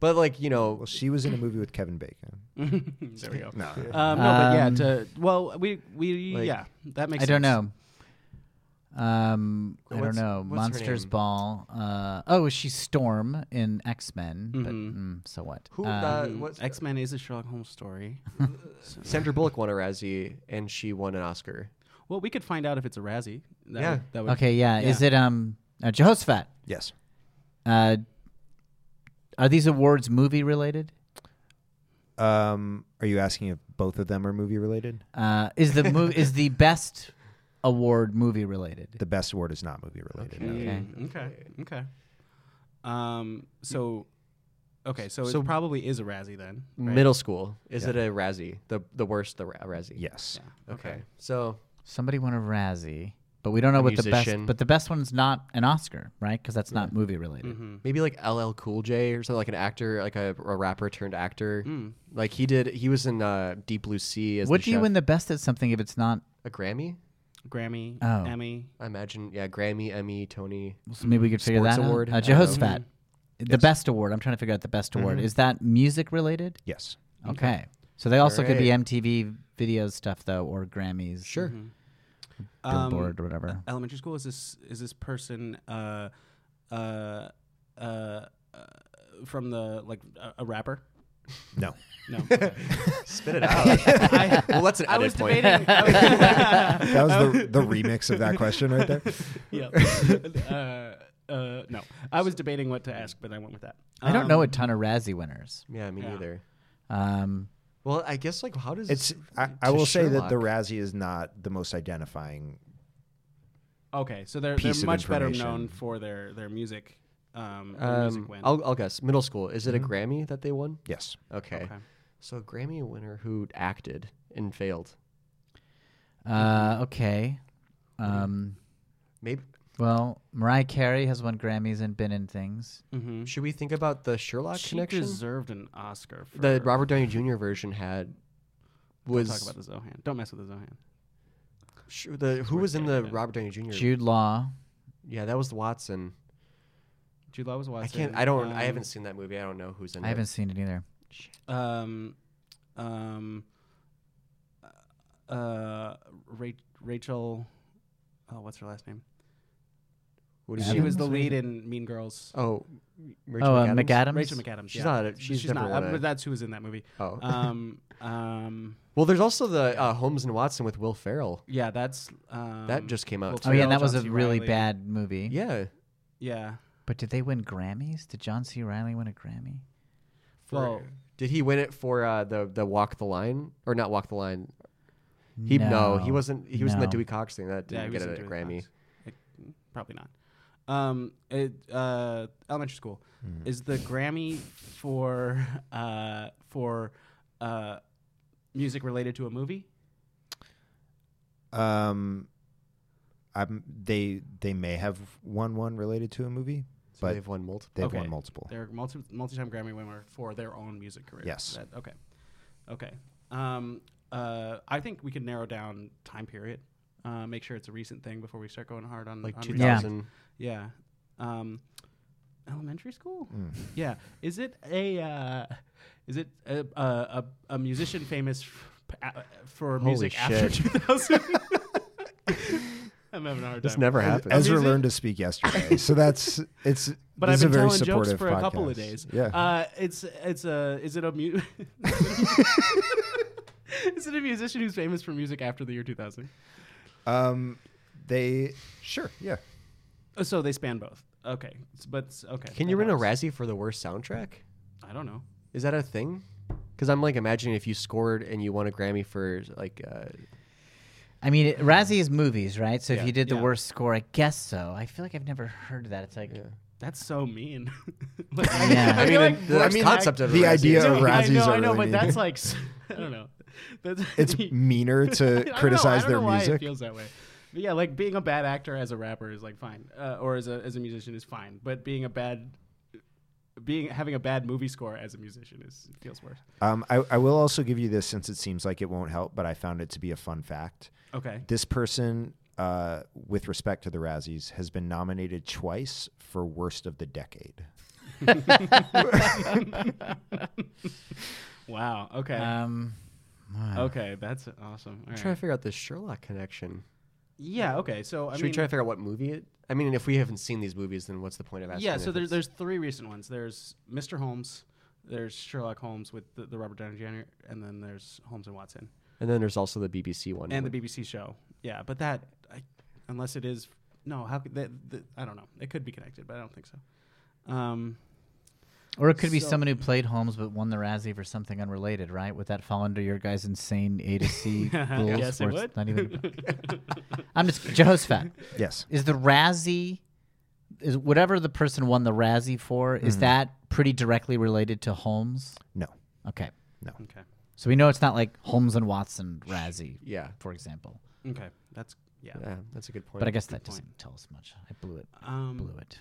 Speaker 3: but like you know,
Speaker 5: Well, she was in a movie with Kevin Bacon.
Speaker 6: there we go.
Speaker 5: No.
Speaker 6: Um, no, but yeah.
Speaker 4: Um,
Speaker 6: To, well, we we
Speaker 3: Like-
Speaker 6: yeah. That makes.
Speaker 4: I don't
Speaker 6: sense.
Speaker 4: know. Um, I don't
Speaker 3: What's-
Speaker 4: know.
Speaker 3: what's her
Speaker 4: Monsters
Speaker 3: name?
Speaker 4: Ball. Uh, oh, she's Storm in X Men. But
Speaker 6: Mhm.
Speaker 4: mm, so what?
Speaker 3: Mm-hmm. who
Speaker 4: Um,
Speaker 3: uh, what's
Speaker 6: X Men is a Sherlock Holmes story.
Speaker 3: Sandra Bullock won a Razzie and she won an Oscar.
Speaker 6: well, we could find out if it's a Razzie. That
Speaker 3: Yeah.
Speaker 6: Would, that would,
Speaker 4: okay, yeah. Is
Speaker 6: yeah.
Speaker 4: it um uh, Jehoshaphat?
Speaker 5: Yes.
Speaker 4: Uh, are these awards movie related?
Speaker 5: Um, are you asking if both of them are movie related?
Speaker 4: Uh, is the mo- is the best award movie related?
Speaker 5: The best award is not movie related. no.
Speaker 4: Okay.
Speaker 6: Mm, okay. Okay. Um. So. Okay. So,
Speaker 3: So-
Speaker 6: it probably is a Razzie then. right?
Speaker 3: Middle school. Is it a Razzie? The the worst the ra- Razzie.
Speaker 5: Yes.
Speaker 3: Okay. So
Speaker 4: Somebody won a Razzie, but we don't know what the best.
Speaker 3: Musician.
Speaker 4: But the best one's not an Oscar, right? Because that's not movie related.
Speaker 3: maybe like LL Cool J or something like an actor, like a, a rapper turned actor. Like he did. He was in uh, Deep Blue Sea as
Speaker 4: Would
Speaker 3: the
Speaker 4: you
Speaker 3: chef.
Speaker 4: win the best at something if it's not?
Speaker 3: a Grammy?
Speaker 6: Grammy.
Speaker 4: Oh.
Speaker 6: Emmy.
Speaker 3: I imagine. Yeah, Grammy, Emmy, Tony.
Speaker 4: So maybe we could figure
Speaker 3: Sports
Speaker 4: that
Speaker 3: award? Um, Mm-hmm.
Speaker 4: out.
Speaker 3: I
Speaker 4: Uh,
Speaker 3: don't know.
Speaker 4: Jehoshaphat, the best award. I'm trying to figure out the best award. Is that music related?
Speaker 5: Yes.
Speaker 3: Mm-hmm.
Speaker 4: Okay. So they also could be
Speaker 3: Alright.
Speaker 4: MTV video stuff though, or Grammys.
Speaker 3: Sure. uh,
Speaker 6: Um,
Speaker 4: billboard or whatever.
Speaker 6: elementary school is this is this person uh uh uh, uh from the like a, a rapper
Speaker 5: No.
Speaker 6: no
Speaker 3: Spit it out. I, well, that's an
Speaker 6: i was
Speaker 3: edit point.
Speaker 6: debating I was-
Speaker 5: That was the, the remix of that question right there.
Speaker 6: yeah uh, uh, no i was debating what to ask but i went with that
Speaker 4: I don't know a
Speaker 6: Um,
Speaker 4: ton of Razzie winners.
Speaker 3: Yeah, me
Speaker 6: Yeah.
Speaker 3: neither.
Speaker 4: Um,
Speaker 3: Well, I guess like how does
Speaker 5: It's I, I
Speaker 3: to
Speaker 5: will say that the
Speaker 3: Sherlock.
Speaker 5: Razzie is not the most identifying.
Speaker 6: okay so they're
Speaker 5: piece
Speaker 6: they're
Speaker 5: of
Speaker 6: much better
Speaker 5: information.
Speaker 6: known for their their music um, their music
Speaker 3: Um,
Speaker 6: win.
Speaker 3: I'll, I'll guess middle school. Is it a Grammy that they won?
Speaker 5: Yes.
Speaker 3: Okay.
Speaker 6: Okay.
Speaker 3: So a Grammy winner who acted and failed.
Speaker 4: uh, okay. Um,
Speaker 3: Maybe
Speaker 4: well, Mariah Carey has won Grammys and been in things.
Speaker 6: Mhm.
Speaker 3: should we think about the Sherlock
Speaker 6: she
Speaker 3: connection?
Speaker 6: deserved an oscar for
Speaker 3: The Robert Downey Jr. version had
Speaker 6: Don't
Speaker 3: was
Speaker 6: talk about the zohan don't mess with the zohan
Speaker 3: sh- the who was in
Speaker 6: getting
Speaker 3: the
Speaker 6: at.
Speaker 3: Robert Downey Jr.
Speaker 4: Jude Law.
Speaker 3: Yeah, that was the Watson.
Speaker 6: jude law was
Speaker 3: I
Speaker 6: watching
Speaker 3: can't. I don't. I haven't seen that movie. I don't know who's in
Speaker 4: I
Speaker 3: it.
Speaker 4: haven't seen it either.
Speaker 6: um, um, uh, Ra- Rachel, oh, what's her last name?
Speaker 3: What do you
Speaker 6: She
Speaker 3: mean?
Speaker 6: was the
Speaker 4: Adams,
Speaker 6: lead in Mean Girls.
Speaker 3: Oh, Rachel
Speaker 4: Oh, uh,
Speaker 3: McAdams?
Speaker 4: McAdams.
Speaker 6: Rachel McAdams.
Speaker 3: She's
Speaker 6: yeah.
Speaker 3: not a- she's never
Speaker 6: not. uh,
Speaker 3: won a-
Speaker 6: but that's who was in that movie.
Speaker 3: Oh.
Speaker 6: Um, um,
Speaker 3: well, there's also the uh, Holmes and Watson with Will Ferrell.
Speaker 6: yeah, that's um,
Speaker 3: That just came out.
Speaker 6: Will
Speaker 4: Oh yeah,
Speaker 6: Ferrell,
Speaker 4: and that was a
Speaker 6: John C.
Speaker 4: really
Speaker 6: Reilly.
Speaker 4: bad movie.
Speaker 3: Yeah.
Speaker 6: Yeah,
Speaker 4: But did they win Grammys? Did John C. Riley win a Grammy?
Speaker 3: For-
Speaker 6: Well-
Speaker 3: did he win it for uh, the the Walk the Line or not Walk the Line? He no, he wasn't. He was in
Speaker 4: No.
Speaker 3: that Dewey Cox thing that
Speaker 6: yeah,
Speaker 3: didn't
Speaker 6: he was
Speaker 3: get
Speaker 6: in
Speaker 3: a
Speaker 6: Dewey
Speaker 3: Grammy.
Speaker 6: Cox. Like, probably not. Um, it, uh, elementary school is the Grammy for uh, for uh, music related to a movie.
Speaker 5: Um, I'm, they they may have won one related to a movie,
Speaker 3: So
Speaker 5: but
Speaker 3: they've wone multiple.
Speaker 5: they've
Speaker 6: Okay.
Speaker 5: won multiple.
Speaker 6: They're multi multi-time Grammy winner for their own music career.
Speaker 5: Yes.
Speaker 6: That- okay. Okay. Um, uh, I think we can narrow down time period. Uh, make sure it's a recent thing before we start going hard on
Speaker 3: Like
Speaker 6: on
Speaker 3: 2000.
Speaker 6: Yeah. yeah. Um, elementary school.
Speaker 5: Mm.
Speaker 6: Yeah. Is it a uh, is it a, a, a, a musician famous f- a- for
Speaker 3: Holy
Speaker 6: music after
Speaker 3: shit.
Speaker 6: 2000? I'm having a hard
Speaker 3: This
Speaker 6: time.
Speaker 3: never
Speaker 5: Ez-
Speaker 3: happened.
Speaker 5: Ezra
Speaker 6: Music?
Speaker 5: learned to speak yesterday, so that's it's.
Speaker 6: But
Speaker 5: this is
Speaker 6: I've been
Speaker 5: a very
Speaker 6: telling jokes
Speaker 5: supportive
Speaker 6: for a couple of
Speaker 5: podcast.
Speaker 6: days.
Speaker 5: Yeah,
Speaker 6: Uh, it's it's a is it a mu- is it a musician who's famous for music after the year 2000?
Speaker 5: Um, they sure, yeah.
Speaker 6: Oh, so they span both. Okay, S- but s- okay.
Speaker 3: Can
Speaker 6: that
Speaker 3: you win a
Speaker 6: helps.
Speaker 3: Razzie for the worst soundtrack?
Speaker 6: I don't know.
Speaker 3: Is that a thing? Because I'm like imagining if you scored and you won a Grammy for like uh,
Speaker 4: I mean, it, Razzie is movies, right? So
Speaker 3: Yeah.
Speaker 4: if you did the
Speaker 6: Yeah.
Speaker 4: worst score, I guess so. I feel like I've never heard that. It's like,
Speaker 3: yeah.
Speaker 6: That's so mean. Like,
Speaker 4: Yeah. I
Speaker 6: feel
Speaker 3: mean,
Speaker 6: like-
Speaker 3: the-
Speaker 6: I
Speaker 3: the
Speaker 6: mean,
Speaker 3: concept
Speaker 6: I-
Speaker 3: of
Speaker 5: the
Speaker 3: Razzies.
Speaker 5: idea
Speaker 6: No,
Speaker 5: of
Speaker 6: I
Speaker 5: Razzies
Speaker 6: know,
Speaker 5: are
Speaker 6: I know,
Speaker 5: really
Speaker 6: but
Speaker 5: mean.
Speaker 6: that's like s- I don't know. That's
Speaker 5: It's meaner
Speaker 6: I
Speaker 5: to
Speaker 6: don't know-
Speaker 5: criticize
Speaker 6: I don't know
Speaker 5: their
Speaker 6: why It
Speaker 5: music.
Speaker 6: feels that way. But yeah, like being a bad actor as a rapper is like fine, uh, or as a as a musician is fine. But being a bad being having a bad movie score as a musician is feels worse.
Speaker 5: Um, I, I will also give you this since it seems like it won't help, but I found it to be a fun fact.
Speaker 6: Okay.
Speaker 5: This person, uh, with respect to the Razzies, has been nominated twice for worst of the decade.
Speaker 6: Wow. Okay.
Speaker 4: um,
Speaker 6: okay, that's awesome. All
Speaker 3: I'm trying
Speaker 6: right.
Speaker 3: to figure out the Sherlock connection.
Speaker 6: Yeah. Okay. So I
Speaker 3: Should
Speaker 6: mean,
Speaker 3: we try to figure out what movie it? I mean, if we haven't seen these movies, then what's the point of asking?
Speaker 6: yeah. So
Speaker 3: if
Speaker 6: there's
Speaker 3: it's-
Speaker 6: there's three recent ones. There's Mr. Holmes. There's Sherlock Holmes with the, the Robert Downey Jr. and then there's Holmes and Watson
Speaker 3: and then there's also the BBC one.
Speaker 6: and the BBC show. Yeah, but that I, unless it is no, how could that, that I don't know. It could be connected, but I don't think so. Um,
Speaker 4: or it could be
Speaker 6: So-
Speaker 4: someone who played Holmes but won the Razzie for something unrelated, right? Would that fall under your guys' insane A to C rules?
Speaker 6: Yes, it
Speaker 4: where it's
Speaker 6: would.
Speaker 4: Not even. I'm just Jehoshaphat.
Speaker 5: Yes.
Speaker 4: Is the Razzie is whatever the person won the Razzie for?
Speaker 6: Mm-hmm.
Speaker 4: Is that pretty directly related to Holmes?
Speaker 5: No.
Speaker 4: Okay,
Speaker 6: okay,
Speaker 4: so we know it's not like Holmes and Watson Razzie,
Speaker 3: yeah,
Speaker 4: for example.
Speaker 6: okay, that's yeah.
Speaker 3: yeah, that's a good point.
Speaker 4: But I guess that
Speaker 6: Good point.
Speaker 4: doesn't tell us much. I blew it. Blew
Speaker 6: Um,
Speaker 4: it.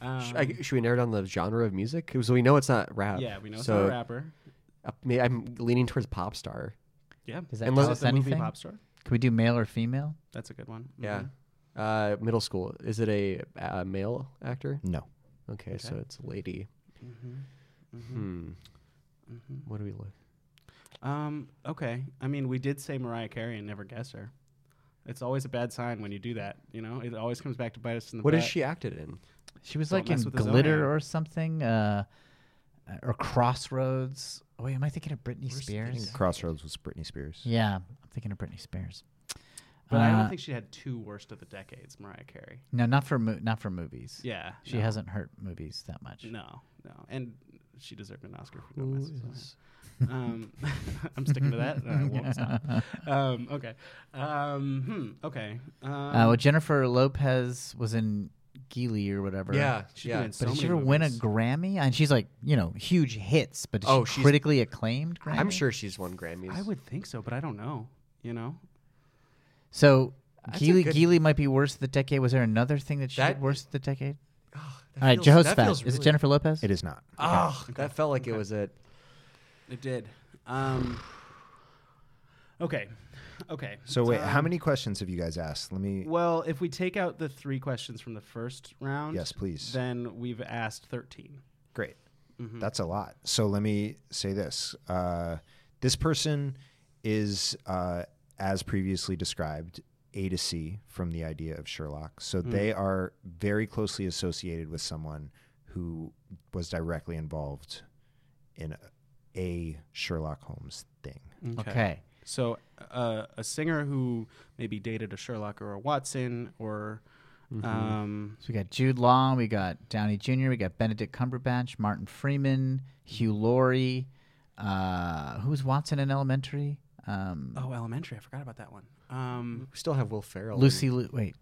Speaker 6: no. Um,
Speaker 3: Sh- I g- should we narrow down the genre of music? 'Cause we know it's not rap.
Speaker 6: yeah, we know it's
Speaker 3: so
Speaker 6: not a rapper.
Speaker 3: uh, may- I'm leaning towards pop star.
Speaker 6: Yeah,
Speaker 4: Does that
Speaker 3: Unless
Speaker 4: tell
Speaker 6: Is
Speaker 4: us
Speaker 6: it the movie
Speaker 4: anything?
Speaker 6: pop star.
Speaker 4: Can we do male or female?
Speaker 6: That's a good one.
Speaker 3: Yeah.
Speaker 6: Mhm.
Speaker 3: Uh, middle school. Is it a, uh male actor?
Speaker 5: No.
Speaker 3: Okay,
Speaker 6: Okay.
Speaker 3: so it's a lady. Hmm. What do we look?
Speaker 6: Um. Okay. I mean, we did say Mariah Carey and never guess her. It's always a bad sign when you do that. You know, it always comes back to bite us in the
Speaker 3: What
Speaker 6: butt.
Speaker 3: has she acted in?
Speaker 4: She was
Speaker 6: Don't
Speaker 4: like in
Speaker 6: mess with his own
Speaker 4: Glitter
Speaker 6: hair.
Speaker 4: or something, uh, or Crossroads. Oh, wait, am I thinking of Britney
Speaker 3: Where's
Speaker 4: Spears?
Speaker 5: Crossroads was Britney Spears.
Speaker 4: Yeah, I'm thinking of Britney Spears.
Speaker 6: But I
Speaker 4: Uh,
Speaker 6: don't think she had two worst of the decades, Mariah Carey.
Speaker 4: no, not for mo- not for movies.
Speaker 6: Yeah,
Speaker 4: she
Speaker 6: no.
Speaker 4: hasn't hurt movies that much.
Speaker 6: No, no, and she deserved an Oscar for no mess. Um, I'm sticking to that. and I won't stop. Um, okay. Um, hmm, okay. Um,
Speaker 4: Uh, well, Jennifer Lopez was in Geely or whatever.
Speaker 3: Yeah,
Speaker 6: she's
Speaker 3: yeah.
Speaker 6: doing so
Speaker 4: But did she
Speaker 6: many
Speaker 4: ever win a
Speaker 6: movies.
Speaker 4: Grammy? And she's like, you know, huge hits, but is
Speaker 3: Oh,
Speaker 4: she
Speaker 3: she's-
Speaker 4: critically acclaimed Grammy?
Speaker 3: I'm sure she's won Grammys.
Speaker 6: I would think so, but I don't know. You know,
Speaker 4: So
Speaker 3: That's a
Speaker 4: Geely,
Speaker 3: good-
Speaker 4: Geely might be worse the decade. Was there another thing that she
Speaker 3: That-
Speaker 4: did worse the decade?
Speaker 3: Oh, that
Speaker 4: All right,
Speaker 3: feels-
Speaker 4: Jehoshaphat.
Speaker 3: that feels
Speaker 4: Is it
Speaker 3: really-
Speaker 4: Jennifer Lopez?
Speaker 5: It is not.
Speaker 3: Oh, that felt like it was it.
Speaker 6: it did. Um, okay. Okay.
Speaker 5: So wait, how
Speaker 6: Um,
Speaker 5: many questions have you guys asked? Let me.
Speaker 6: Well, if we take out the three questions from the first round,
Speaker 5: Yes, please.
Speaker 6: Then Mm-hmm. we've asked 13.
Speaker 5: Great. That's a lot. So let me say this. Uh, this person is, uh, as previously described, A to C from the idea of Sherlock. So
Speaker 6: Hmm.
Speaker 5: they are very closely associated with someone who was directly involved in a, a Sherlock Holmes thing.
Speaker 6: Mm-hmm.
Speaker 4: okay.
Speaker 6: So, uh, a singer who maybe dated a Sherlock or a Watson or.
Speaker 4: Mm-hmm.
Speaker 6: Um,
Speaker 4: So we got Jude Law, we got Downey Jr., we got Benedict Cumberbatch, Martin Freeman, Hugh Laurie. Uh, who's Watson in Elementary? Um,
Speaker 6: oh, elementary. I forgot about that one. Um,
Speaker 3: We still have Will Ferrell.
Speaker 4: Lucy. Lu- wait,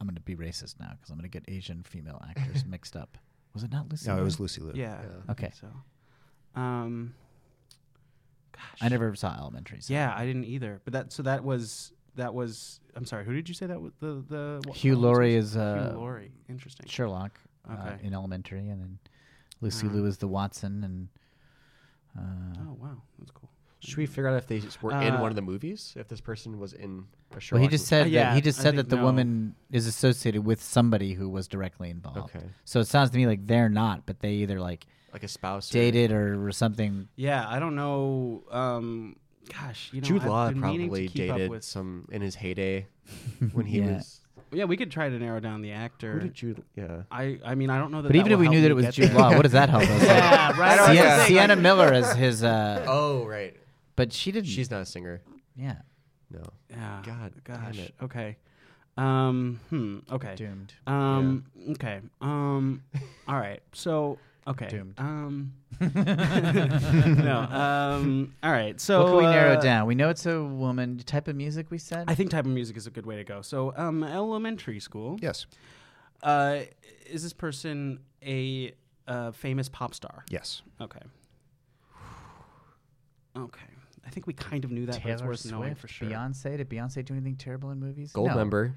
Speaker 4: I'm gonna be racist now because I'm gonna get Asian female actors mixed up. Was it not Lucy?
Speaker 5: No, it
Speaker 4: Liu?
Speaker 5: was Lucy Liu.
Speaker 6: Mm-hmm. yeah.
Speaker 4: Okay.
Speaker 6: So, um,
Speaker 4: I never saw Elementary. so-
Speaker 6: yeah, I didn't either. But that so that was that was. I'm sorry. Who did you say that was? The the what-
Speaker 4: Hugh
Speaker 6: what was
Speaker 4: Laurie
Speaker 6: it?
Speaker 4: is uh,
Speaker 6: Hugh Laurie. Interesting.
Speaker 4: Sherlock uh,
Speaker 6: Okay.
Speaker 4: in Elementary, and then Lucy
Speaker 6: Uh-huh.
Speaker 4: Liu is the Watson, and uh,
Speaker 6: Oh wow, that's cool.
Speaker 3: Should we figure out if they were in
Speaker 6: Uh,
Speaker 3: one of the movies? If this person was in a Sherlock?
Speaker 4: well, he just
Speaker 3: movie?
Speaker 4: said
Speaker 6: Uh,
Speaker 4: that
Speaker 6: yeah,
Speaker 4: he just
Speaker 6: I
Speaker 4: said that
Speaker 6: think
Speaker 4: the
Speaker 6: no.
Speaker 4: woman is associated with somebody who was directly involved.
Speaker 3: Okay.
Speaker 4: So it sounds to me like they're not, but they either like
Speaker 3: like a spouse. or-
Speaker 4: dated or, or something.
Speaker 6: Yeah, I don't know. Um, gosh, you know,
Speaker 3: Jude
Speaker 6: I've
Speaker 3: Law
Speaker 6: been meaning to
Speaker 3: probably
Speaker 6: keep up
Speaker 3: dated
Speaker 6: with-
Speaker 3: some in his heyday when he
Speaker 4: Yeah.
Speaker 3: was.
Speaker 6: Yeah, we could try to narrow down the actor.
Speaker 3: Who did Jude? Yeah.
Speaker 6: I, I mean, I don't know that.
Speaker 4: But
Speaker 6: that
Speaker 4: even if
Speaker 6: will
Speaker 4: we
Speaker 6: help
Speaker 4: knew that
Speaker 6: me
Speaker 4: it was
Speaker 6: get
Speaker 4: Jude
Speaker 6: there.
Speaker 4: Law, what does that help us?
Speaker 6: Yeah,
Speaker 4: Like,
Speaker 6: right. That's
Speaker 4: Sienna,
Speaker 6: the thing,
Speaker 4: Sienna
Speaker 6: like-
Speaker 4: Miller is his, uh,
Speaker 3: Oh right.
Speaker 4: but she didn't.
Speaker 3: She's not a singer.
Speaker 4: yeah,
Speaker 3: No.
Speaker 6: Yeah.
Speaker 3: God damn
Speaker 6: Gosh.
Speaker 3: it.
Speaker 6: Okay. Um. Hmm. Okay.
Speaker 4: doomed.
Speaker 6: Um. Okay. Um. All right. So. Okay.
Speaker 4: Doomed.
Speaker 6: Um. no. Um. All right. So.
Speaker 4: what can we narrow
Speaker 6: uh,
Speaker 4: down? We know it's a woman. The Type of music we said.
Speaker 6: I think type of music is a good way to go. So, um, elementary school.
Speaker 5: Yes.
Speaker 6: Uh, is this person a uh, famous pop star?
Speaker 5: Yes.
Speaker 6: Okay. Okay. I think we kind of knew that, but it's
Speaker 4: Taylor
Speaker 6: worth knowing
Speaker 4: Swift,
Speaker 6: for sure.
Speaker 4: Beyonce. Did Beyonce do anything terrible in movies?
Speaker 3: Gold
Speaker 4: no.
Speaker 3: member.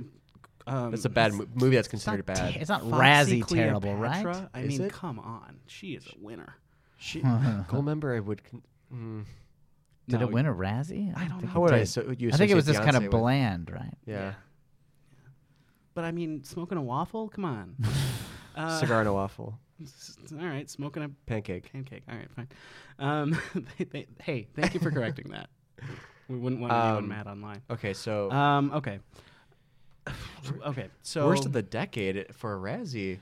Speaker 6: Um,
Speaker 3: That's a bad mo- movie. That's
Speaker 4: It's not,
Speaker 3: considered
Speaker 4: ter-
Speaker 3: bad.
Speaker 4: it's not
Speaker 6: Foxy
Speaker 4: Razzie terrible, right?
Speaker 6: Cleopatra? I
Speaker 3: Is
Speaker 6: mean,
Speaker 3: it?
Speaker 6: come on. She is a winner.
Speaker 3: She, gold member. I would. Con- mm,
Speaker 4: Did
Speaker 6: No,
Speaker 4: it win a Razzie?
Speaker 6: I don't
Speaker 4: think it
Speaker 6: know.
Speaker 3: how would I?
Speaker 4: did.
Speaker 3: So you
Speaker 4: I think
Speaker 3: associate
Speaker 4: it was just kind
Speaker 3: Beyonce
Speaker 4: of
Speaker 3: with-
Speaker 4: bland, right?
Speaker 3: Yeah.
Speaker 6: But I mean, smoking a waffle? Come on. uh,
Speaker 3: Cigar and a waffle.
Speaker 6: s- All right. Smoking a
Speaker 3: Pancake.
Speaker 6: pancake. All right, fine. Um, they, they, hey, thank you for correcting that. We wouldn't want anyone
Speaker 3: Um,
Speaker 6: mad online.
Speaker 3: Okay, so
Speaker 6: Um, okay. okay. So
Speaker 3: worst of the decade for a Razzie.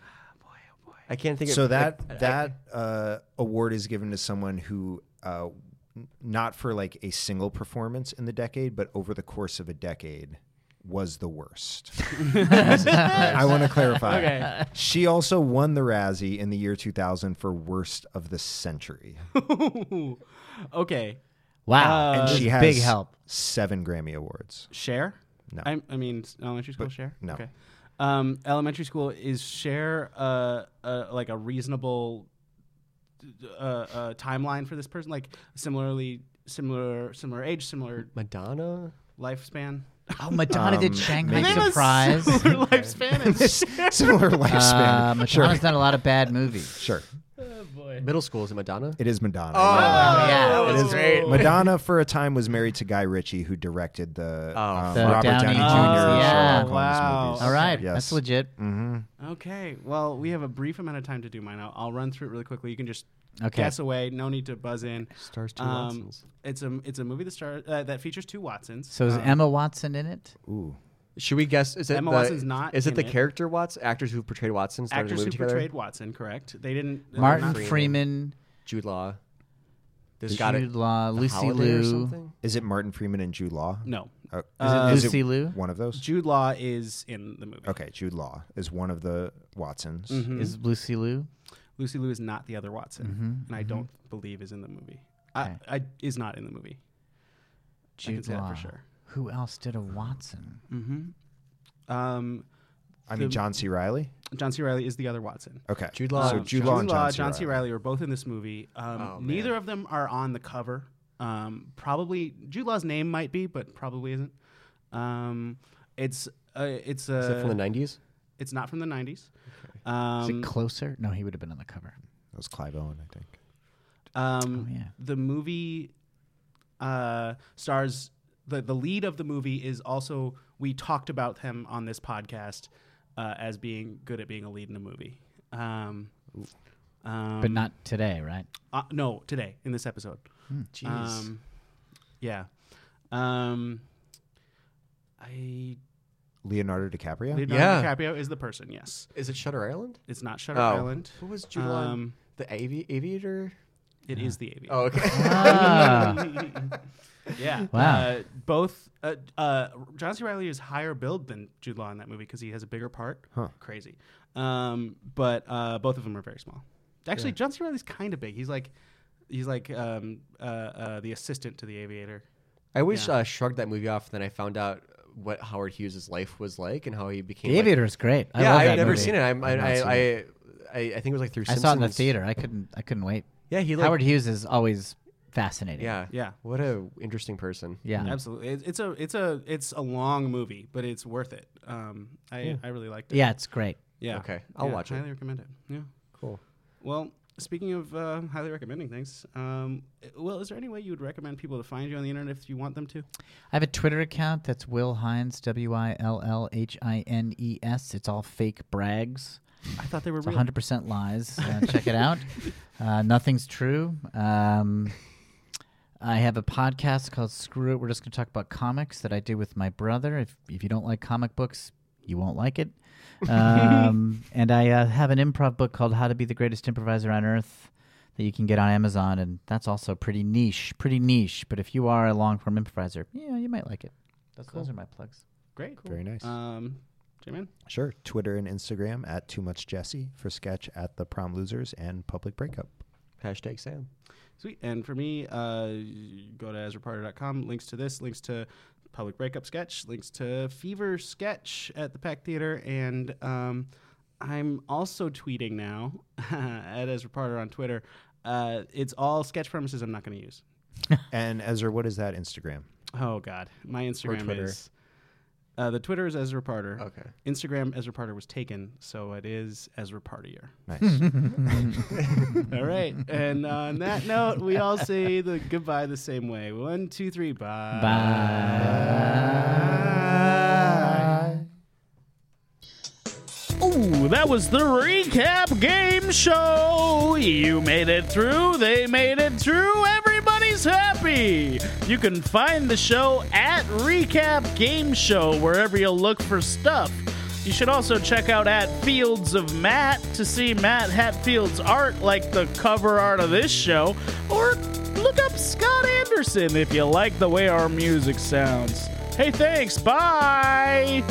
Speaker 3: I can't think.
Speaker 5: So
Speaker 3: of,
Speaker 5: that
Speaker 3: like, I-
Speaker 5: that uh, award is given to someone who, uh, n- not for like a single performance in the decade, but over the course of a decade, was the worst. I want to clarify.
Speaker 6: Okay.
Speaker 5: She also won the Razzie in the year 2000 for worst of the century,
Speaker 6: okay.
Speaker 4: Wow,
Speaker 6: Uh,
Speaker 5: and she has
Speaker 4: big help.
Speaker 5: seven Grammy awards.
Speaker 6: Share?
Speaker 5: No.
Speaker 6: I, I mean, s- elementary school share?
Speaker 5: no.
Speaker 6: Okay. Um, elementary school is share uh, uh, like a reasonable uh, uh, timeline for this person? Like similarly, similar, similar age, similar
Speaker 3: Madonna.
Speaker 6: lifespan.
Speaker 4: Oh, Madonna did Shanghai
Speaker 5: maybe-
Speaker 4: Surprise.
Speaker 6: Similar lifespan. and shit.
Speaker 5: Similar
Speaker 4: Uh,
Speaker 5: lifespan.
Speaker 4: Madonna's
Speaker 5: sure,
Speaker 4: done a lot of bad movies.
Speaker 5: sure.
Speaker 3: Middle school is it Madonna?
Speaker 5: It is Madonna.
Speaker 3: Oh,
Speaker 4: yeah,
Speaker 3: that
Speaker 5: It
Speaker 3: was
Speaker 5: is-
Speaker 3: great.
Speaker 5: Madonna for a time was married to Guy Ritchie, who directed the, um,
Speaker 4: The
Speaker 5: Robert
Speaker 4: Downey
Speaker 5: Downey, Jr.
Speaker 4: Jr.
Speaker 5: Sherlock
Speaker 4: Yeah.
Speaker 5: Holmes
Speaker 6: Wow.
Speaker 5: movies.
Speaker 4: All right,
Speaker 5: Yes.
Speaker 4: that's legit.
Speaker 5: hmm
Speaker 6: All Okay. Well, we have a brief amount of time to do mine. I'll, I'll run through it really quickly. You can just
Speaker 4: Okay.
Speaker 6: guess away. No need to buzz in.
Speaker 3: Stars two
Speaker 6: Um,
Speaker 3: Watsons.
Speaker 6: It's a it's a movie that star uh, that features two Watsons.
Speaker 4: So is
Speaker 6: Um,
Speaker 4: Emma Watson in it?
Speaker 5: Ooh.
Speaker 3: Should we guess? Is it
Speaker 6: Emma
Speaker 3: the,
Speaker 6: Watson's not
Speaker 3: Is it
Speaker 6: in
Speaker 3: the
Speaker 6: it.
Speaker 3: character Watson? Actors who portrayed Watson started
Speaker 6: actors
Speaker 3: to
Speaker 6: who
Speaker 3: live together.
Speaker 6: portrayed Watson? Correct. They didn't. they're
Speaker 4: Martin
Speaker 6: not-
Speaker 3: Freeman.
Speaker 4: Freeman,
Speaker 3: Jude Law. There's got
Speaker 4: Jude
Speaker 3: it.
Speaker 4: Law, Lucy
Speaker 3: Holiday or
Speaker 4: Liu.
Speaker 3: something.
Speaker 5: Is it Martin Freeman and Jude Law?
Speaker 6: No.
Speaker 5: Oh, is it-
Speaker 6: Uh,
Speaker 5: is it
Speaker 4: Lucy Liu?
Speaker 5: One of those?
Speaker 6: Jude Law is in the movie.
Speaker 5: Okay, Jude Law is one of the Watsons.
Speaker 6: Mhm.
Speaker 4: Is Lucy Liu?
Speaker 6: Lucy Liu is not the other Watson, and I don't believe is in the movie.
Speaker 4: Okay.
Speaker 6: I, I is not in the movie. I can
Speaker 4: Jude
Speaker 6: say that
Speaker 4: Law.
Speaker 6: for sure.
Speaker 4: Who else did a Watson?
Speaker 6: Mm-hmm. Um,
Speaker 5: I mean,
Speaker 6: The-
Speaker 5: John C. Riley?
Speaker 6: John C. Riley is the other Watson.
Speaker 5: Okay.
Speaker 3: Jude Law.
Speaker 5: So
Speaker 3: Um,
Speaker 5: Jude
Speaker 6: Jude
Speaker 5: Law
Speaker 6: Law,
Speaker 5: and
Speaker 6: John, C. Riley were both in this movie. Um,
Speaker 3: Oh, man.
Speaker 6: neither of them are on the cover. Um, probably Jude Law's name might be, but probably isn't. Um, it's uh, it's
Speaker 3: Is that from the
Speaker 6: uh,
Speaker 3: '90s?
Speaker 6: it's not from the nineties.
Speaker 4: Is
Speaker 6: Um,
Speaker 4: it closer? No, he would have been on the cover.
Speaker 5: That was Clive Owen, I think.
Speaker 6: um,
Speaker 4: Oh, yeah.
Speaker 6: The movie uh, stars the the lead of the movie is also we talked about him on this podcast uh, as being good at being a lead in a movie. Um, um,
Speaker 4: But not today, right?
Speaker 6: Uh, no, today in this episode. Um, yeah. Um, I
Speaker 5: Leonardo DiCaprio?
Speaker 6: Leonardo
Speaker 3: Uh, Yeah.
Speaker 6: DiCaprio is the person. Yes,
Speaker 3: is it Shutter Island?
Speaker 6: it's not Shutter
Speaker 3: Oh.
Speaker 6: Island.
Speaker 3: Who was Jude Law? in
Speaker 6: Um,
Speaker 3: the avi- aviator.
Speaker 6: it is the aviator.
Speaker 3: Oh, okay.
Speaker 4: Ah,
Speaker 6: yeah.
Speaker 4: Wow.
Speaker 6: Uh, both uh, uh, John C. Riley is higher build than Jude Law in that movie because he has a bigger part.
Speaker 5: Huh.
Speaker 6: Crazy. Um, but uh, both of them are very small. Actually, John C. Riley's kind of big. He's like he's like um, uh, uh, the assistant to the aviator.
Speaker 3: I wish
Speaker 6: Yeah.
Speaker 3: uh, shrugged that movie off. Then I found out what Howard Hughes' life was like and how he became.
Speaker 4: the
Speaker 3: like-
Speaker 4: Aviator is great. I
Speaker 3: yeah,
Speaker 4: love that
Speaker 3: I've never
Speaker 4: movie.
Speaker 3: seen it. I'm, I,
Speaker 5: I've not
Speaker 3: I,
Speaker 5: seen
Speaker 3: I, I, I think it was like through.
Speaker 4: I
Speaker 3: Simpsons.
Speaker 4: saw it in the theater. I couldn't. I couldn't wait.
Speaker 3: Yeah, he like.
Speaker 4: Howard Hughes is always fascinating.
Speaker 3: Yeah, Mm-hmm.
Speaker 6: Yeah.
Speaker 3: What a interesting person.
Speaker 4: yeah.
Speaker 6: Absolutely, It- it's a it's a it's a long movie, but it's worth it. Um, I I really liked it.
Speaker 4: Yeah, it's great.
Speaker 6: yeah.
Speaker 3: Okay, I'll
Speaker 6: Yeah,
Speaker 3: watch it.
Speaker 6: Highly recommend it. Yeah.
Speaker 3: Cool.
Speaker 6: Well, speaking of uh, highly recommending things, um, i- well, is there any way you would recommend people to find you on the internet if you want them to?
Speaker 4: I have a Twitter account that's Will Hines, W I L L H I N E S. It's all fake brags.
Speaker 6: I thought they were
Speaker 4: It's
Speaker 6: real.
Speaker 4: 100% lies. Uh, check it out. Uh, nothing's true. Um, I have a podcast called Screw It. We're just going to talk about comics that I do with my brother. If, if you don't like comic books, you won't like it. Um, and I uh, have an improv book called How to Be the Greatest Improviser on Earth that you can get on Amazon. And that's also pretty niche, pretty niche. But if you are a long form improviser, yeah, you might like it. That's, Those are my plugs.
Speaker 6: Great. Cool.
Speaker 5: Very nice.
Speaker 6: Um, J-Man?
Speaker 5: Sure. Twitter and Instagram at Too Much Jesse for sketch at the prom losers and public breakup.
Speaker 3: Hashtag Sam.
Speaker 6: Sweet. And for me, uh, go to EzraParter.com. Links to this, links to Public Breakup Sketch, links to Fever Sketch at the Pack Theater. And um, I'm also tweeting now at EzraParter on Twitter. Uh, it's all sketch premises I'm not going to use.
Speaker 5: And Ezra, what is that Instagram?
Speaker 6: Oh, God. My Instagram
Speaker 3: Twitter.
Speaker 6: is. Uh, the Twitter is Ezra Parter.
Speaker 3: Okay.
Speaker 6: Instagram Ezra Parter was taken, so it is Ezra Partier.
Speaker 5: Nice.
Speaker 6: all right. And on that note, we all say the goodbye the same way. One, two, three. Bye.
Speaker 1: Ooh, that was the recap game show. You made it through. They made it through. Everybody's happy. You can find the show at Recap Game Show wherever you look for stuff. You should also check out at Fields of Matt to see Matt Hatfield's art, like the cover art of this show, or look up Scott Anderson if you like the way our music sounds. Hey, thanks. Bye.